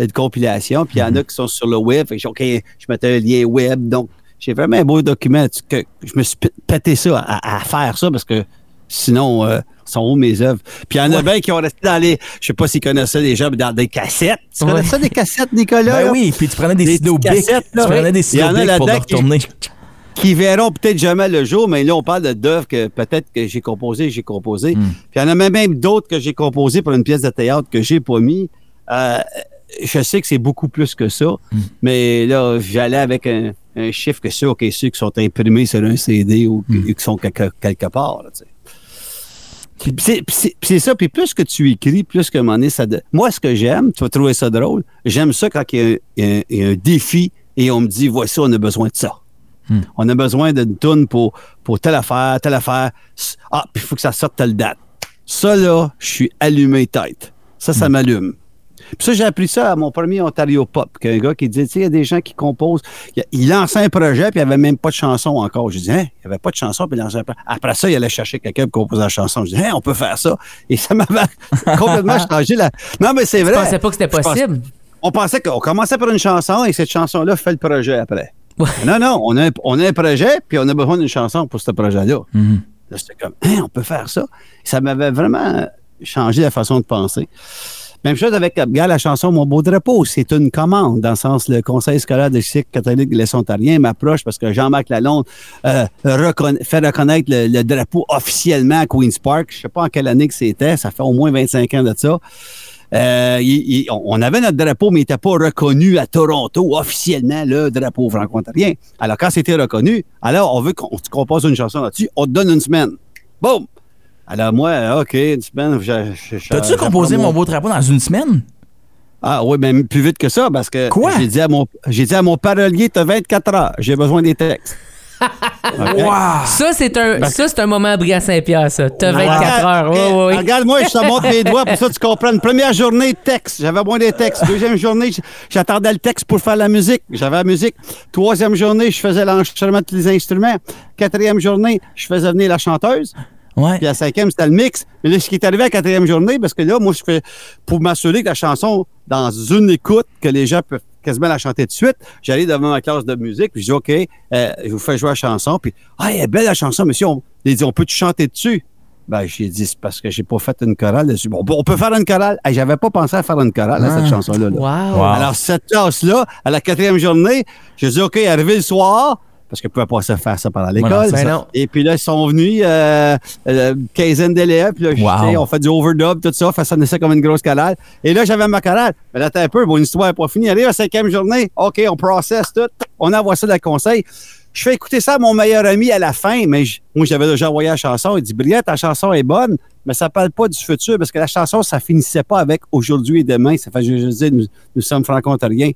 Speaker 3: une compilation, puis il y
Speaker 2: Mhm.
Speaker 3: en a qui sont sur le web. Fait que j'ai, OK, je mettais un lien web. Donc, j'ai vraiment un beau document là-dessus que je me suis p- pété ça, à, à faire ça, parce que sinon, euh, sont où mes œuvres? Puis il y en a bien qui ont resté dans les, je sais pas s'ils connaissaient les gens, mais dans des cassettes. Tu connais
Speaker 1: Ouais.
Speaker 3: ça, des cassettes, Nicolas?
Speaker 2: Ben
Speaker 3: là?
Speaker 2: oui, puis tu prenais des,
Speaker 3: Des
Speaker 2: ciseaux
Speaker 3: petites
Speaker 2: bic. Tu
Speaker 3: cassettes, là,
Speaker 2: prenais
Speaker 3: oui.
Speaker 2: des
Speaker 3: Il y
Speaker 2: ciseaux
Speaker 3: en a
Speaker 2: bic pour le
Speaker 3: là-dedans qui-
Speaker 2: retourner.
Speaker 3: qui verront peut-être jamais le jour, mais là, on parle d'œuvres que peut-être que j'ai composées, j'ai composées. Puis il y en a même, même d'autres que j'ai composées pour une pièce de théâtre que j'ai pas mis. Euh, je sais que c'est beaucoup plus que ça, mais là, j'allais avec un, un chiffre que ceux, OK, ceux qui sont imprimés sur un CD ou qui- qui sont quelque, quelque part, là, tu sais. Puis c'est- puis c'est- puis c'est ça, puis plus que tu écris, plus que mon ça. de- Moi, ce que j'aime, tu vas trouver ça drôle, j'aime ça quand il y a un- il y a un- il y a un défi et on me dit, voici, on a besoin de ça.
Speaker 1: Hmm.
Speaker 3: On a besoin d'une toune pour, pour telle affaire, telle affaire. S- Ah, puis il faut que ça sorte telle date. Ça, là, je suis allumé tête. Ça,
Speaker 1: Hmm.
Speaker 3: ça m'allume. Puis ça, j'ai appris ça à mon premier Ontario Pop, qu'un gars qui dit, tu sais, il y a des gens qui composent. Il, il lançait un projet, puis il n'y avait même pas de chanson encore. Je dis, hein, il n'y avait pas de chanson, puis il lançait un projet. Après ça, il allait chercher quelqu'un pour composer la chanson. Je dis, hein, on peut faire ça. Et ça m'avait complètement changé la... Non, mais c'est vrai.
Speaker 1: Je pensais pas que c'était
Speaker 3: Je pensais-
Speaker 1: possible.
Speaker 3: on pensait qu'on commençait par une chanson et cette chanson-là fait le projet après.
Speaker 1: Ouais.
Speaker 3: Non, non, on a, un- on a un projet, puis on a besoin d'une chanson pour ce projet-là. Là, c'était comme, Hein, on peut faire ça. Ça m'avait vraiment changé la façon de penser. Même chose avec regarde, la chanson Mon beau drapeau. C'est une commande, dans le sens le Conseil scolaire de cycle catholique de l'Est ontarien m'approche parce que Jean-Marc Lalonde euh, reconna- fait reconnaître le, le drapeau officiellement à Queen's Park. Je ne sais pas en quelle année que c'était. Ça fait au moins 25 ans de ça. Euh, il- il- on on avait notre drapeau, mais il n'était pas reconnu à Toronto officiellement le drapeau franco-ontarien. Alors, quand c'était reconnu, alors on veut qu'on tu composes une chanson là-dessus, on te donne une semaine. Boum! Alors, moi, euh, OK, une semaine. je- je- je-
Speaker 2: T'as-tu composé
Speaker 3: j'apprends
Speaker 2: mon beau drapeau dans une semaine?
Speaker 3: ah oui, mais plus vite que ça, parce que
Speaker 2: Quoi?
Speaker 3: j'ai dit à mon j'ai dit à mon parolier, t'as 24 heures, j'ai besoin des textes. OK?
Speaker 2: Wow!
Speaker 1: Ça, c'est
Speaker 3: Ben,
Speaker 1: un, ça, c'est un moment à Bria Saint-Pierre, ça. T'as 24 heures.
Speaker 3: Regarde,
Speaker 1: Ouais, ouais,
Speaker 3: eh,
Speaker 1: ouais.
Speaker 3: Regarde, moi, je te montre les doigts pour ça tu comprends. Première journée, texte. J'avais moins des textes. Deuxième journée, j- j'attendais le texte pour faire la musique. J'avais la musique. Troisième journée, je faisais l'enregistrement de tous les instruments. Quatrième journée, je faisais venir la chanteuse.
Speaker 2: Ouais.
Speaker 3: Puis la cinquième, c'était le mix. Mais là, ce qui est arrivé à la quatrième journée, parce que là, moi, je fais pour m'assurer que la chanson, dans une écoute, que les gens peuvent quasiment la chanter tout de suite, j'allais devant ma classe de musique, puis je dis, OK, euh, je vous fais jouer la chanson. Puis, ah, elle est belle la chanson, monsieur. On, il dit, on peut-tu chanter dessus? Ben, j'ai dit, c'est parce que j'ai pas fait une chorale dessus. Bon, on peut faire une chorale. Hey, J'avais pas pensé à faire une chorale à cette chanson-là. là.
Speaker 1: Ah. Wow.
Speaker 2: Wow.
Speaker 3: Alors, cette classe-là, à la quatrième journée, j'ai dit, OK, arrivé le soir, parce qu'ils ne pouvaient pas se faire ça pendant l'école.
Speaker 2: non,
Speaker 1: c'est Ben ça. non.
Speaker 3: Et puis là, ils sont venus, euh, euh, quinzaine d'élèves, puis là, j'ai-
Speaker 2: Wow.
Speaker 3: tu sais, on fait du overdub, tout ça, façonner ça comme une grosse chorale. Et là, j'avais ma chorale. Mais là, t'as un peu, bon, une histoire n'est pas finie. Arrive la cinquième journée, OK, on process tout, on envoie ça dans le conseil. Je fais écouter ça à mon meilleur ami à la fin, mais j- moi, j'avais déjà envoyé la chanson. Il dit, Brian, ta chanson est bonne, mais ça parle pas du futur, parce que la chanson, ça finissait pas avec aujourd'hui et demain. Ça fait, je, je dis, nous, nous sommes franco-ontariens.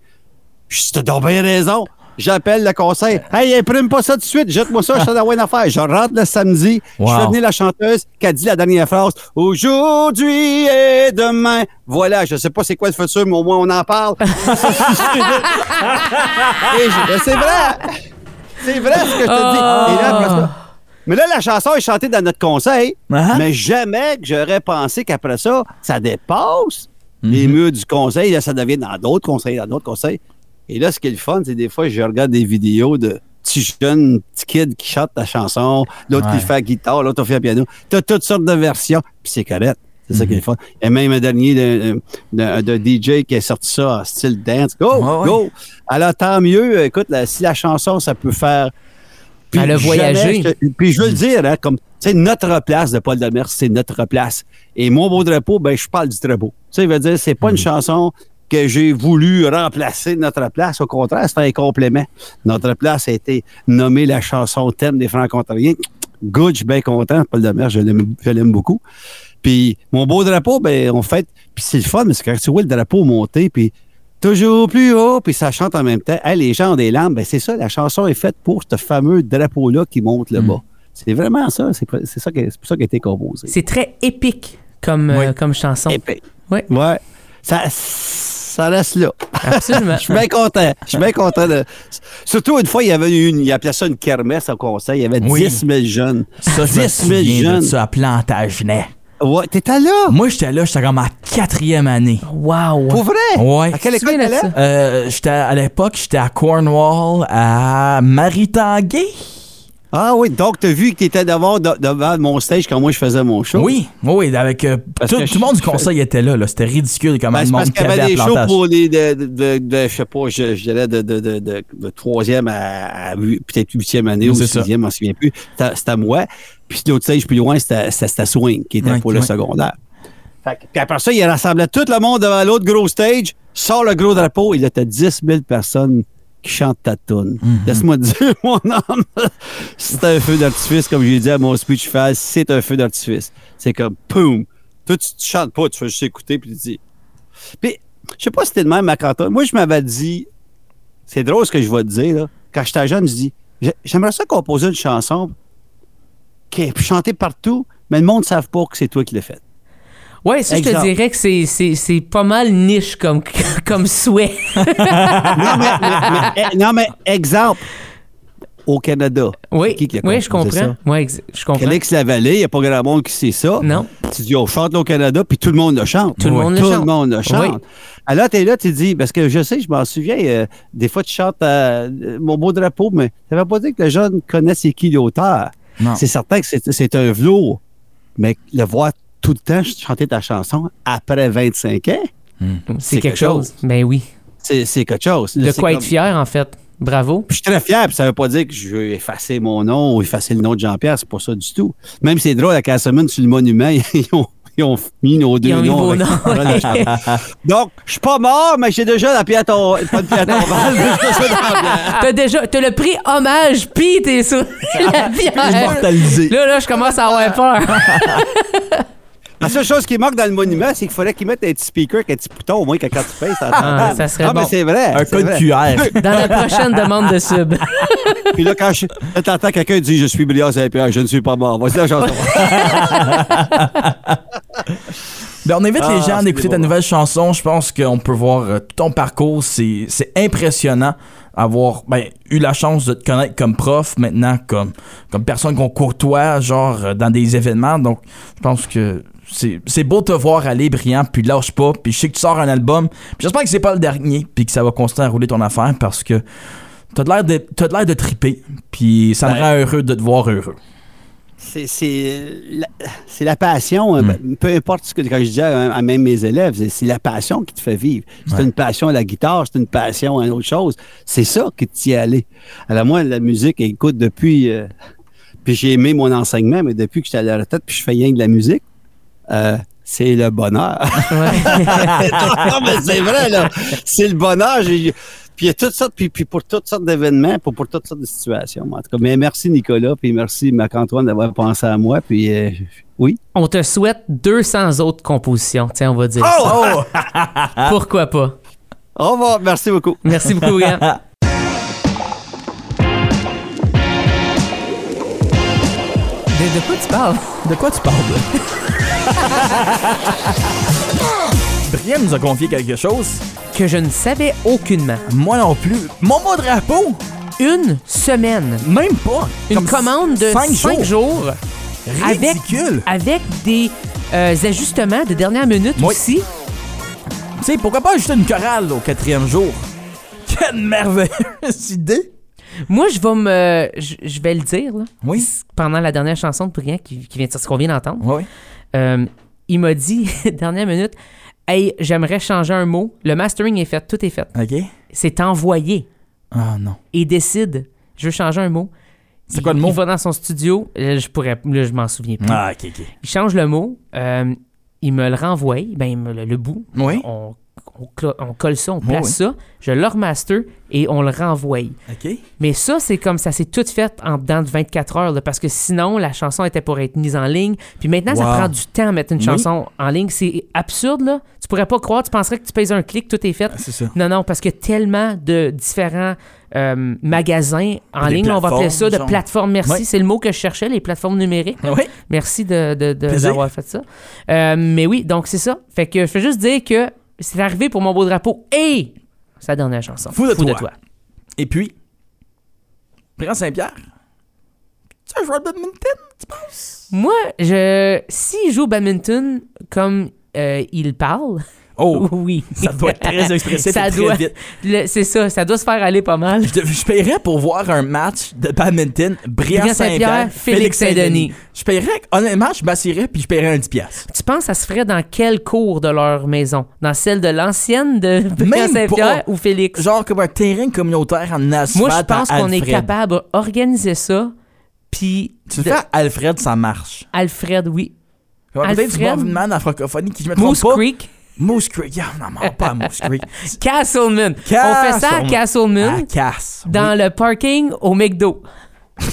Speaker 3: Je dis, t'as donc bien raison. J'appelle le conseil. Hey, imprime pas ça tout de suite. Jette-moi ça, je t'en envoie une affaire. Je rentre le samedi. Je
Speaker 2: Wow.
Speaker 3: fais venir la chanteuse qui a dit la dernière phrase. Aujourd'hui et demain. Voilà, je sais pas c'est quoi le futur, mais au moins on en parle. et je- ben, c'est vrai. C'est vrai ce que je te dis. Et là, après ça- mais là, la chanson est chantée dans notre conseil.
Speaker 2: Ah.
Speaker 3: Mais jamais que j'aurais pensé qu'après ça, ça dépasse
Speaker 2: Mhm.
Speaker 3: les murs du conseil. Là, ça devient dans d'autres conseils, dans d'autres conseils. Et là, ce qui est le fun, c'est des fois, je regarde des vidéos de petits jeunes, petits kids qui chantent la chanson, l'autre
Speaker 2: Ouais.
Speaker 3: qui fait la guitare, l'autre qui fait le piano. T'as toutes sortes de versions, puis c'est correct. C'est ça qui
Speaker 2: Mhm.
Speaker 3: est le fun. Et même un dernier de, de- de DJ qui a sorti ça en style dance. Go,
Speaker 2: Ah Ouais, ouais.
Speaker 3: go! Alors, tant mieux. Écoute, la- si la chanson, ça peut faire puis
Speaker 1: Elle a
Speaker 3: jamais,
Speaker 1: voyagé.
Speaker 3: je- puis je veux le dire, hein, comme, tu sais, notre place de Paul Demers, c'est notre place. Et mon beau drapeau, ben, je parle du drapeau. Tu sais, je veux dire, c'est
Speaker 1: Mm.
Speaker 3: pas une chanson que j'ai voulu remplacer notre place. Au contraire, c'est un complément. Notre place a été nommée la chanson thème des Franco-Ontariens. Good, je suis bien content. Paul Demers, je l'aime je l'aime beaucoup. Puis mon beau drapeau, ben, on fait. Puis c'est le fun, parce que quand tu vois le drapeau monter, puis Toujours plus haut, puis ça chante en même temps. Hey, les gens ont des larmes, ben c'est ça, la chanson est faite pour ce fameux drapeau-là qui monte
Speaker 1: Mm.
Speaker 3: le bas. C'est vraiment ça, c'est pr- c'est ça que- c'est pour ça qu'elle a été composée.
Speaker 1: C'est très épique comme, euh,
Speaker 2: Oui.
Speaker 1: comme chanson.
Speaker 3: Épais.
Speaker 1: Ouais.
Speaker 3: Ouais. Ça, ça reste là.
Speaker 1: Absolument.
Speaker 3: Je suis bien content. Je suis bien content. de- Surtout une fois, il y avait une, il appelait ça une kermesse au conseil. Il y avait
Speaker 2: Oui.
Speaker 3: 10 000 jeunes.
Speaker 2: Ça, je me
Speaker 3: 10 000
Speaker 2: souviens de
Speaker 3: jeunes.
Speaker 2: ça à Plantagenet.
Speaker 3: Ouais, t'étais là.
Speaker 2: Moi, j'étais là, j'étais comme en quatrième année.
Speaker 1: wow.
Speaker 3: Pour vrai?
Speaker 2: Ouais.
Speaker 3: À quelle
Speaker 1: Tu te
Speaker 3: école
Speaker 1: souviens de
Speaker 3: t'allais?
Speaker 1: ça?
Speaker 2: Euh, j'étais à l'époque, j'étais à Cornwall, à Maritanguay.
Speaker 3: Ah oui, donc t'as vu que t'étais devant, de- devant mon stage quand moi je faisais mon show?
Speaker 2: Oui, oui, avec euh,
Speaker 3: Parce
Speaker 2: tout,
Speaker 3: que
Speaker 2: tout le monde
Speaker 3: je-
Speaker 2: du conseil était là. là. C'était ridicule comment
Speaker 3: Ben,
Speaker 2: le
Speaker 3: c'est parce
Speaker 2: monde
Speaker 3: qu'il y
Speaker 2: cavait
Speaker 3: avait
Speaker 2: à
Speaker 3: des shows
Speaker 2: Plantage.
Speaker 3: pour les de, de, de- de- je sais pas, je, je dirais de, de, de, de, de troisième à, à huit- peut-être huitième année
Speaker 2: Oui,
Speaker 3: ou
Speaker 2: c'est ça.
Speaker 3: sixième, je m'en souviens plus. C'était c'était à moi. Puis l'autre stage plus loin, c'était c'était- c'était à Swing, qui était
Speaker 2: Ouais,
Speaker 3: pour le
Speaker 2: ouais.
Speaker 3: secondaire. Fait que- puis après ça, il rassemblait tout le monde devant l'autre gros stage, sort le gros drapeau, il était 10 000 personnes qui chantent ta toune. Laisse-moi te dire, mon homme, c'est un feu d'artifice, comme j'ai dit à mon speech phase, c'est un feu d'artifice. C'est comme, poum, toi, tu, tu chantes pas, tu fais juste écouter, puis tu dis... Puis, je sais pas si c'était le même à Canton. Moi, je m'avais dit, c'est drôle ce que je vais te dire, là. Quand j'étais jeune, je dis, J'ai- j'aimerais ça composer une chanson qui est chantée partout, mais le monde ne savent pas que c'est toi qui l'as faite.
Speaker 1: Ouais, ça, je te
Speaker 3: Exemple.
Speaker 1: dirais que c'est- c'est c'est pas mal niche comme, comme souhait.
Speaker 3: non, mais, mais- mais- eh, non, mais exemple, au Canada.
Speaker 1: Oui,
Speaker 3: C'est qui qui a
Speaker 1: oui je
Speaker 3: composé
Speaker 1: comprends.
Speaker 3: ça?
Speaker 1: Oui, ex- je comprends.
Speaker 3: Calix la vallée, il n'y a pas grand monde qui sait ça.
Speaker 1: Non.
Speaker 3: Tu dis, on chante au Canada, puis tout le monde le chante.
Speaker 1: Tout le monde le
Speaker 3: Tout
Speaker 1: chante.
Speaker 3: monde le chante.
Speaker 1: Oui.
Speaker 3: Alors, tu es là, tu dis, parce que je sais, je m'en souviens, euh, des fois, tu chantes euh, mon beau drapeau, mais ça ne veut pas dire que le jeune connaît c'est qui l'auteur.
Speaker 2: Non.
Speaker 3: C'est certain que c'est c'est un velours, mais le voir tout le temps chanter ta chanson après 25 ans,
Speaker 1: C'est quelque chose. Ben oui.
Speaker 3: c'est c'est quelque chose.
Speaker 1: De
Speaker 3: C'est
Speaker 1: quoi
Speaker 3: comme-
Speaker 1: être fier, en fait. Bravo.
Speaker 3: Puis je suis très fier, puis ça veut pas dire que je veux effacer mon nom ou effacer le nom de Jean-Pierre, c'est pas ça du tout. Même c'est drôle, à Casselman, sur le monument, ils ont, ils ont mis nos deux
Speaker 1: Ils ont mis
Speaker 3: noms.
Speaker 1: vos
Speaker 3: avec-
Speaker 1: noms.
Speaker 3: Donc, je suis pas mort, mais j'ai déjà la pierre ton... pas de pierre tombale, mais j'ai déjà la pierre.
Speaker 1: T'as déjà, t'as le prix hommage, pis t'es sur la bière.
Speaker 2: Immortalisé.
Speaker 1: Là, là, je commence à avoir peur.
Speaker 3: La seule chose qui manque dans le monument, c'est qu'il faudrait qu'ils mettent un petit speaker avec un petit bouton, au moins, que quand tu payes, ça
Speaker 1: Ah,
Speaker 3: t'entende.
Speaker 1: ça serait
Speaker 3: Ah, mais
Speaker 1: bon.
Speaker 3: c'est vrai.
Speaker 2: Un
Speaker 3: c'est
Speaker 2: code
Speaker 3: vrai.
Speaker 2: QR.
Speaker 1: Dans la prochaine demande de sub.
Speaker 3: Puis là, quand je- quand t'entends quelqu'un dire « Je suis Brillant Saint-Pierre, je ne suis pas mort », voici la chanson.
Speaker 2: Ben, on invite
Speaker 3: Ah,
Speaker 2: les gens à
Speaker 3: c'est
Speaker 2: écouter
Speaker 3: beau.
Speaker 2: ta nouvelle chanson. Je pense qu'on peut voir euh, tout ton parcours. C'est c'est impressionnant avoir ben, eu la chance de te connaître comme prof, maintenant comme, comme personne qu'on côtoie, genre euh, dans des événements. Donc, je pense que c'est c'est beau te voir aller brillant, puis lâche pas. Puis je sais que tu sors un album. Puis j'espère que c'est pas le dernier, puis que ça va continuer à rouler ton affaire parce que t'as de l'air de, t'as de, l'air de triper. Puis ça me
Speaker 3: Ben.
Speaker 2: rend heureux de te voir heureux.
Speaker 3: C'est- C'est la, c'est la passion, hein, ben, peu importe ce que quand je dis à, à même mes élèves, c'est- c'est la passion qui te fait vivre. C'est une passion à la guitare, c'est une passion à une autre chose. C'est ça qui t'y est allé. Alors moi, la musique, écoute, depuis... euh, puis j'ai aimé mon enseignement, mais depuis que j'étais à la retraite, puis je fais rien que de la musique, euh, c'est le bonheur. non, non, mais c'est vrai, là. C'est le bonheur. J'ai- Puis il y a toutes sortes, puis, puis pour toutes sortes d'événements, pour, pour toutes sortes de situations. En tout cas, mais merci Nicolas, puis merci Marc-Antoine d'avoir pensé à moi. Puis euh, oui.
Speaker 1: On te souhaite 200 autres compositions, tiens, on va dire. ça.
Speaker 2: Oh!
Speaker 3: Ah!
Speaker 1: Pourquoi pas?
Speaker 3: Au revoir, merci beaucoup.
Speaker 1: Merci beaucoup, Yann. De, de quoi tu parles?
Speaker 2: De quoi tu parles? Brian nous a confié quelque chose.
Speaker 1: Que je ne savais aucunement.
Speaker 2: Moi non plus. Mon mot drapeau,
Speaker 1: Une semaine.
Speaker 2: même pas.
Speaker 1: Une
Speaker 2: Comme
Speaker 1: commande de
Speaker 2: cinq
Speaker 1: 5
Speaker 2: jours.
Speaker 1: jours. Avec,
Speaker 2: Ridicule.
Speaker 1: avec des euh, ajustements de dernière minute
Speaker 2: Oui.
Speaker 1: aussi.
Speaker 2: Tu sais, pourquoi pas ajouter une chorale au quatrième jour? Quelle merveilleuse idée!
Speaker 1: Moi, je vais me. Je, je vais le dire, là.
Speaker 2: Oui.
Speaker 1: Pendant la dernière chanson de Brian qui, qui vient de sortir, ce qu'on vient d'entendre.
Speaker 2: Oui.
Speaker 1: Euh, il m'a dit, dernière minute, Hey, j'aimerais changer un mot. Le mastering est fait, tout est fait.
Speaker 2: OK.
Speaker 1: C'est envoyé.
Speaker 2: Ah non.
Speaker 1: Il décide, je veux changer un mot.
Speaker 2: C'est quoi le mot?
Speaker 1: Il va dans son studio. Là, je pourrais, là, je m'en souviens plus.
Speaker 2: Ah, OK, OK.
Speaker 1: Il change le mot. euh, il me le renvoie. Ben, il me le, le bout.
Speaker 2: Oui.
Speaker 1: On, on, clo- on colle ça, on
Speaker 2: Oui,
Speaker 1: place ça, je le remaster et on le renvoie.
Speaker 2: OK.
Speaker 1: Mais ça, c'est comme ça, c'est tout fait en dedans de 24 heures, là, parce que sinon, la chanson était pour être mise en ligne. Puis maintenant, ça
Speaker 2: Wow.
Speaker 1: prend du temps à mettre une
Speaker 2: Oui.
Speaker 1: chanson en ligne. C'est absurde, là. Tu pourrais pas croire, tu penserais que tu pèses un clic, tout est fait.
Speaker 2: Ah, c'est ça.
Speaker 1: Non, non, parce qu'il y a tellement de différents euh, magasins en
Speaker 2: Des
Speaker 1: ligne, là, on va appeler ça de
Speaker 2: plateformes, genre.
Speaker 1: plateformes, merci,
Speaker 2: Ouais.
Speaker 1: c'est le mot que je cherchais, les plateformes numériques.
Speaker 2: Ah Oui.
Speaker 1: Merci de, de- de-
Speaker 2: Plaisir.
Speaker 1: d'avoir fait ça. Euh, mais oui, donc c'est ça. Fait que je veux juste dire que c'est arrivé pour mon beau drapeau et sa dernière chanson.
Speaker 2: Fou de toi.
Speaker 1: de toi.
Speaker 2: Et puis, Prince Saint-Pierre. Tu es un joueur de badminton, tu penses?
Speaker 1: Moi, je s'il joue au badminton comme euh, il parle,
Speaker 2: Oh,
Speaker 1: oui.
Speaker 2: ça doit être très expressif
Speaker 1: Ça
Speaker 2: et très
Speaker 1: doit-
Speaker 2: vite.
Speaker 1: Le- c'est ça, ça doit se faire aller pas mal.
Speaker 2: Je, te- je paierais pour voir un match de badminton Brian
Speaker 1: Brian
Speaker 2: Saint-Pierre,
Speaker 1: Saint-Pierre, Félix Saint-Denis.
Speaker 2: Je paierais, honnêtement, je m'assierais puis je paierais un 10$. piastres.
Speaker 1: Tu penses que ça se ferait dans quelle cour de leur maison? Dans celle de l'ancienne de Brian
Speaker 2: Même
Speaker 1: Saint-Pierre
Speaker 2: pas.
Speaker 1: ou Félix?
Speaker 2: Genre comme un terrain communautaire en asphalte.
Speaker 1: Moi, je pense
Speaker 2: à
Speaker 1: qu'on est
Speaker 2: Alfred.
Speaker 1: capable d'organiser ça. Puis,
Speaker 2: Tu le
Speaker 1: de-
Speaker 2: fais à Alfred, ça marche.
Speaker 1: Alfred, oui.
Speaker 2: Il y aura Peut-être du
Speaker 1: Alfred.
Speaker 2: mouvement dans la francophonie qui je me trompe
Speaker 1: Moose
Speaker 2: pas.
Speaker 1: Creek,
Speaker 2: Moose Creek. Yeah, on n'en mange pas à Moose Creek.
Speaker 1: Castleman. On fait ça à
Speaker 2: Castleman.
Speaker 1: Castleman
Speaker 2: Ah, casse.
Speaker 1: dans le parking au McDo.
Speaker 2: Oui.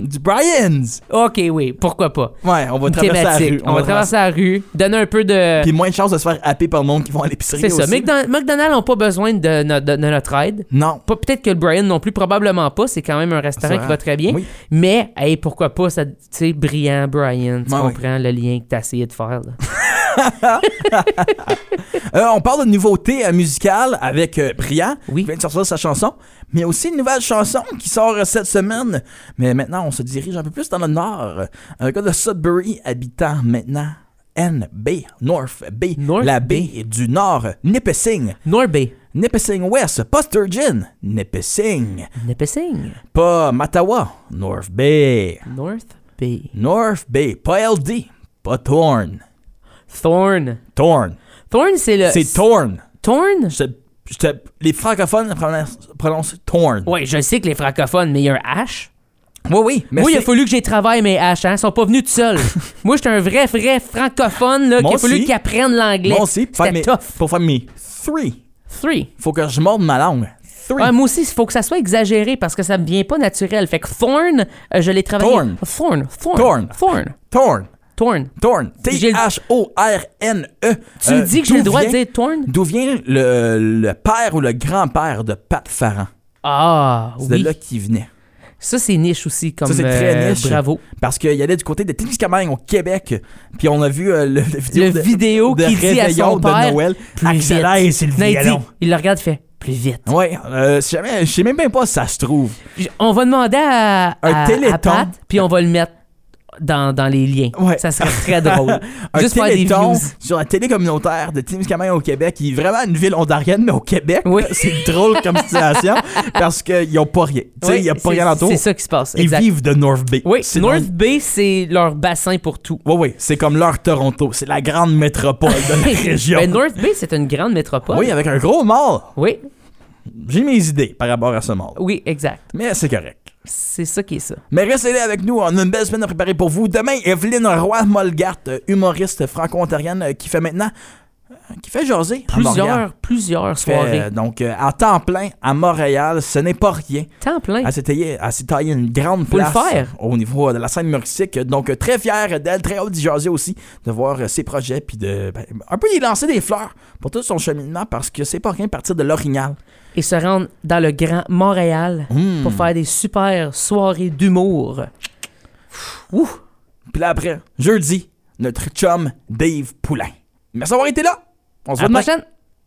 Speaker 2: Du Brian's.
Speaker 1: OK, oui, pourquoi pas.
Speaker 2: Ouais, on va traverser la
Speaker 1: Thématique.
Speaker 2: rue.
Speaker 1: On va traverser la rue, donner un peu de...
Speaker 2: Puis moins de chances de se faire happer par le monde qui vont à l'épicerie.
Speaker 1: C'est ça.
Speaker 2: aussi.
Speaker 1: McDon- McDonald's n'ont pas besoin de, no- de- de notre aide.
Speaker 2: Non.
Speaker 1: Pas- Peut-être que le Brian non plus, probablement pas. C'est quand même un restaurant
Speaker 2: C'est
Speaker 1: qui
Speaker 2: vrai.
Speaker 1: va très bien.
Speaker 2: Oui.
Speaker 1: Mais, hey, pourquoi pas, ça, tu sais, brillant, Brian. Tu
Speaker 2: Ouais,
Speaker 1: comprends le lien que t'as essayé de faire, là.
Speaker 2: Euh, on parle de nouveautés euh, musicales avec euh, Brian.
Speaker 1: Oui.
Speaker 2: Il vient de sortir sa chanson. Mais aussi une nouvelle chanson qui sort euh, cette semaine. Mais maintenant, on se dirige un peu plus dans le nord. Un gars de Sudbury habitant maintenant. NB, North Bay,
Speaker 1: North
Speaker 2: la baie du Nord, Nipissing,
Speaker 1: Norbay,
Speaker 2: Nipissing West, pas Sturgeon, Nipissing,
Speaker 1: Nipissing,
Speaker 2: pas Mattawa, North Bay,
Speaker 1: North Bay,
Speaker 2: North Bay, pas LD, pas Thorn,
Speaker 1: Thorn.
Speaker 2: Thorn,
Speaker 1: Thorn, c'est le.
Speaker 2: c'est Thorn,
Speaker 1: Thorn?
Speaker 2: Je te- je te- les francophones prononcent, prononcent torn.
Speaker 1: Ouais, je sais que les francophones, mais il y a un H.
Speaker 2: Oui, oui. Mais
Speaker 1: Moi, il a
Speaker 2: c'est-
Speaker 1: fallu que j'y travaille mes H, hein. Ils sont pas venus tout seuls. Moi, j'étais un vrai, vrai francophone, là,
Speaker 2: Moi
Speaker 1: qu'il a fallu
Speaker 2: aussi.
Speaker 1: qu'ils apprennent l'anglais.
Speaker 2: Moi aussi, pour faire,
Speaker 1: C'était
Speaker 2: mes,
Speaker 1: tough.
Speaker 2: pour faire mes three,
Speaker 1: Three.
Speaker 2: faut que je morde ma langue. Three.
Speaker 1: Ouais, moi aussi, il faut que ça soit exagéré parce que ça me vient pas naturel. Fait que Thorn, euh, je l'ai travaillé.
Speaker 2: Thorn.
Speaker 1: Thorn. Thorn.
Speaker 2: Thorn.
Speaker 1: Thorn.
Speaker 2: torn.
Speaker 1: Thorn.
Speaker 2: Torn.
Speaker 1: J'ai-
Speaker 2: T-H-O-R-N-E.
Speaker 1: Tu me dis que j'ai le droit de dire Thorn?
Speaker 2: E. Euh, D'où vient le, le père ou le grand-père de Pat Farran?
Speaker 1: Ah,
Speaker 2: C'est de
Speaker 1: oui.
Speaker 2: là qu'il venait.
Speaker 1: Ça, c'est niche aussi, comme
Speaker 2: Ça, c'est très
Speaker 1: euh,
Speaker 2: niche.
Speaker 1: Bravo.
Speaker 2: Parce qu'il allait du côté de Témiscamingue au Québec. Puis on a vu euh, le, le vidéo,
Speaker 1: Le
Speaker 2: de,
Speaker 1: vidéo
Speaker 2: de
Speaker 1: qui dit à
Speaker 2: réveillon
Speaker 1: son
Speaker 2: de
Speaker 1: père,
Speaker 2: Noël.
Speaker 1: plus
Speaker 2: Accélère,
Speaker 1: vite.
Speaker 2: c'est le
Speaker 1: Non, il dit-
Speaker 2: violon.
Speaker 1: il le regarde, il fait plus vite.
Speaker 2: Ouais, euh, si jamais- je sais même pas si ça se trouve.
Speaker 1: J- On va demander à,
Speaker 2: Un
Speaker 1: à-
Speaker 2: téléthon.
Speaker 1: à Pat, puis on va le mettre dans, dans les liens.
Speaker 2: Ouais.
Speaker 1: Ça serait très drôle.
Speaker 2: un
Speaker 1: Juste pour avoir des
Speaker 2: téléthon
Speaker 1: views.
Speaker 2: sur la télé communautaire de Témiscamingue au Québec, qui est vraiment une ville ontarienne, mais au Québec,
Speaker 1: Oui.
Speaker 2: c'est drôle comme situation parce qu'ils n'ont pas rien. Tu sais, il
Speaker 1: Oui,
Speaker 2: n'y a pas
Speaker 1: c'est-
Speaker 2: rien autour.
Speaker 1: C'est ça qui se passe.
Speaker 2: Ils
Speaker 1: exact.
Speaker 2: vivent de North Bay.
Speaker 1: Oui,
Speaker 2: C'est
Speaker 1: North
Speaker 2: dans-
Speaker 1: Bay, c'est leur bassin pour tout.
Speaker 2: Oui, oui, c'est comme leur Toronto. C'est la grande métropole de la région.
Speaker 1: Ben, North Bay, c'est une grande métropole.
Speaker 2: Oui, avec un gros mall.
Speaker 1: oui,
Speaker 2: J'ai mes idées par rapport à ce mall.
Speaker 1: oui, exact.
Speaker 2: Mais c'est correct.
Speaker 1: C'est ça qui est ça.
Speaker 2: Mais restez là avec nous, on a une belle semaine à préparer pour vous. Demain, Evelyne Roy-Molgart, euh, humoriste franco-ontarienne euh, qui fait maintenant... euh, qui fait jaser à Montréal.
Speaker 1: Plusieurs, plusieurs
Speaker 2: Fait,
Speaker 1: soirées.
Speaker 2: euh, donc, euh, à temps plein, à Montréal, ce n'est pas rien.
Speaker 1: Temps plein.
Speaker 2: Elle s'est taillée, elle s'est taillée une grande
Speaker 1: Faut le
Speaker 2: place
Speaker 1: faire.
Speaker 2: au niveau euh, de la scène humoristique. Donc, euh, très fière d'elle, très haute jaser aussi, de voir euh, ses projets, puis de ben, un peu y lancer des fleurs pour tout son cheminement, parce que c'est pas rien de partir de l'orignal.
Speaker 1: Et se rendre dans le Grand Montréal
Speaker 2: Hmm.
Speaker 1: pour faire des super soirées d'humour. Ouh!
Speaker 2: Puis là, après, jeudi, notre chum Dave Poulain. Merci d'avoir été là. On se
Speaker 1: À la
Speaker 2: voit demain.
Speaker 1: prochaine!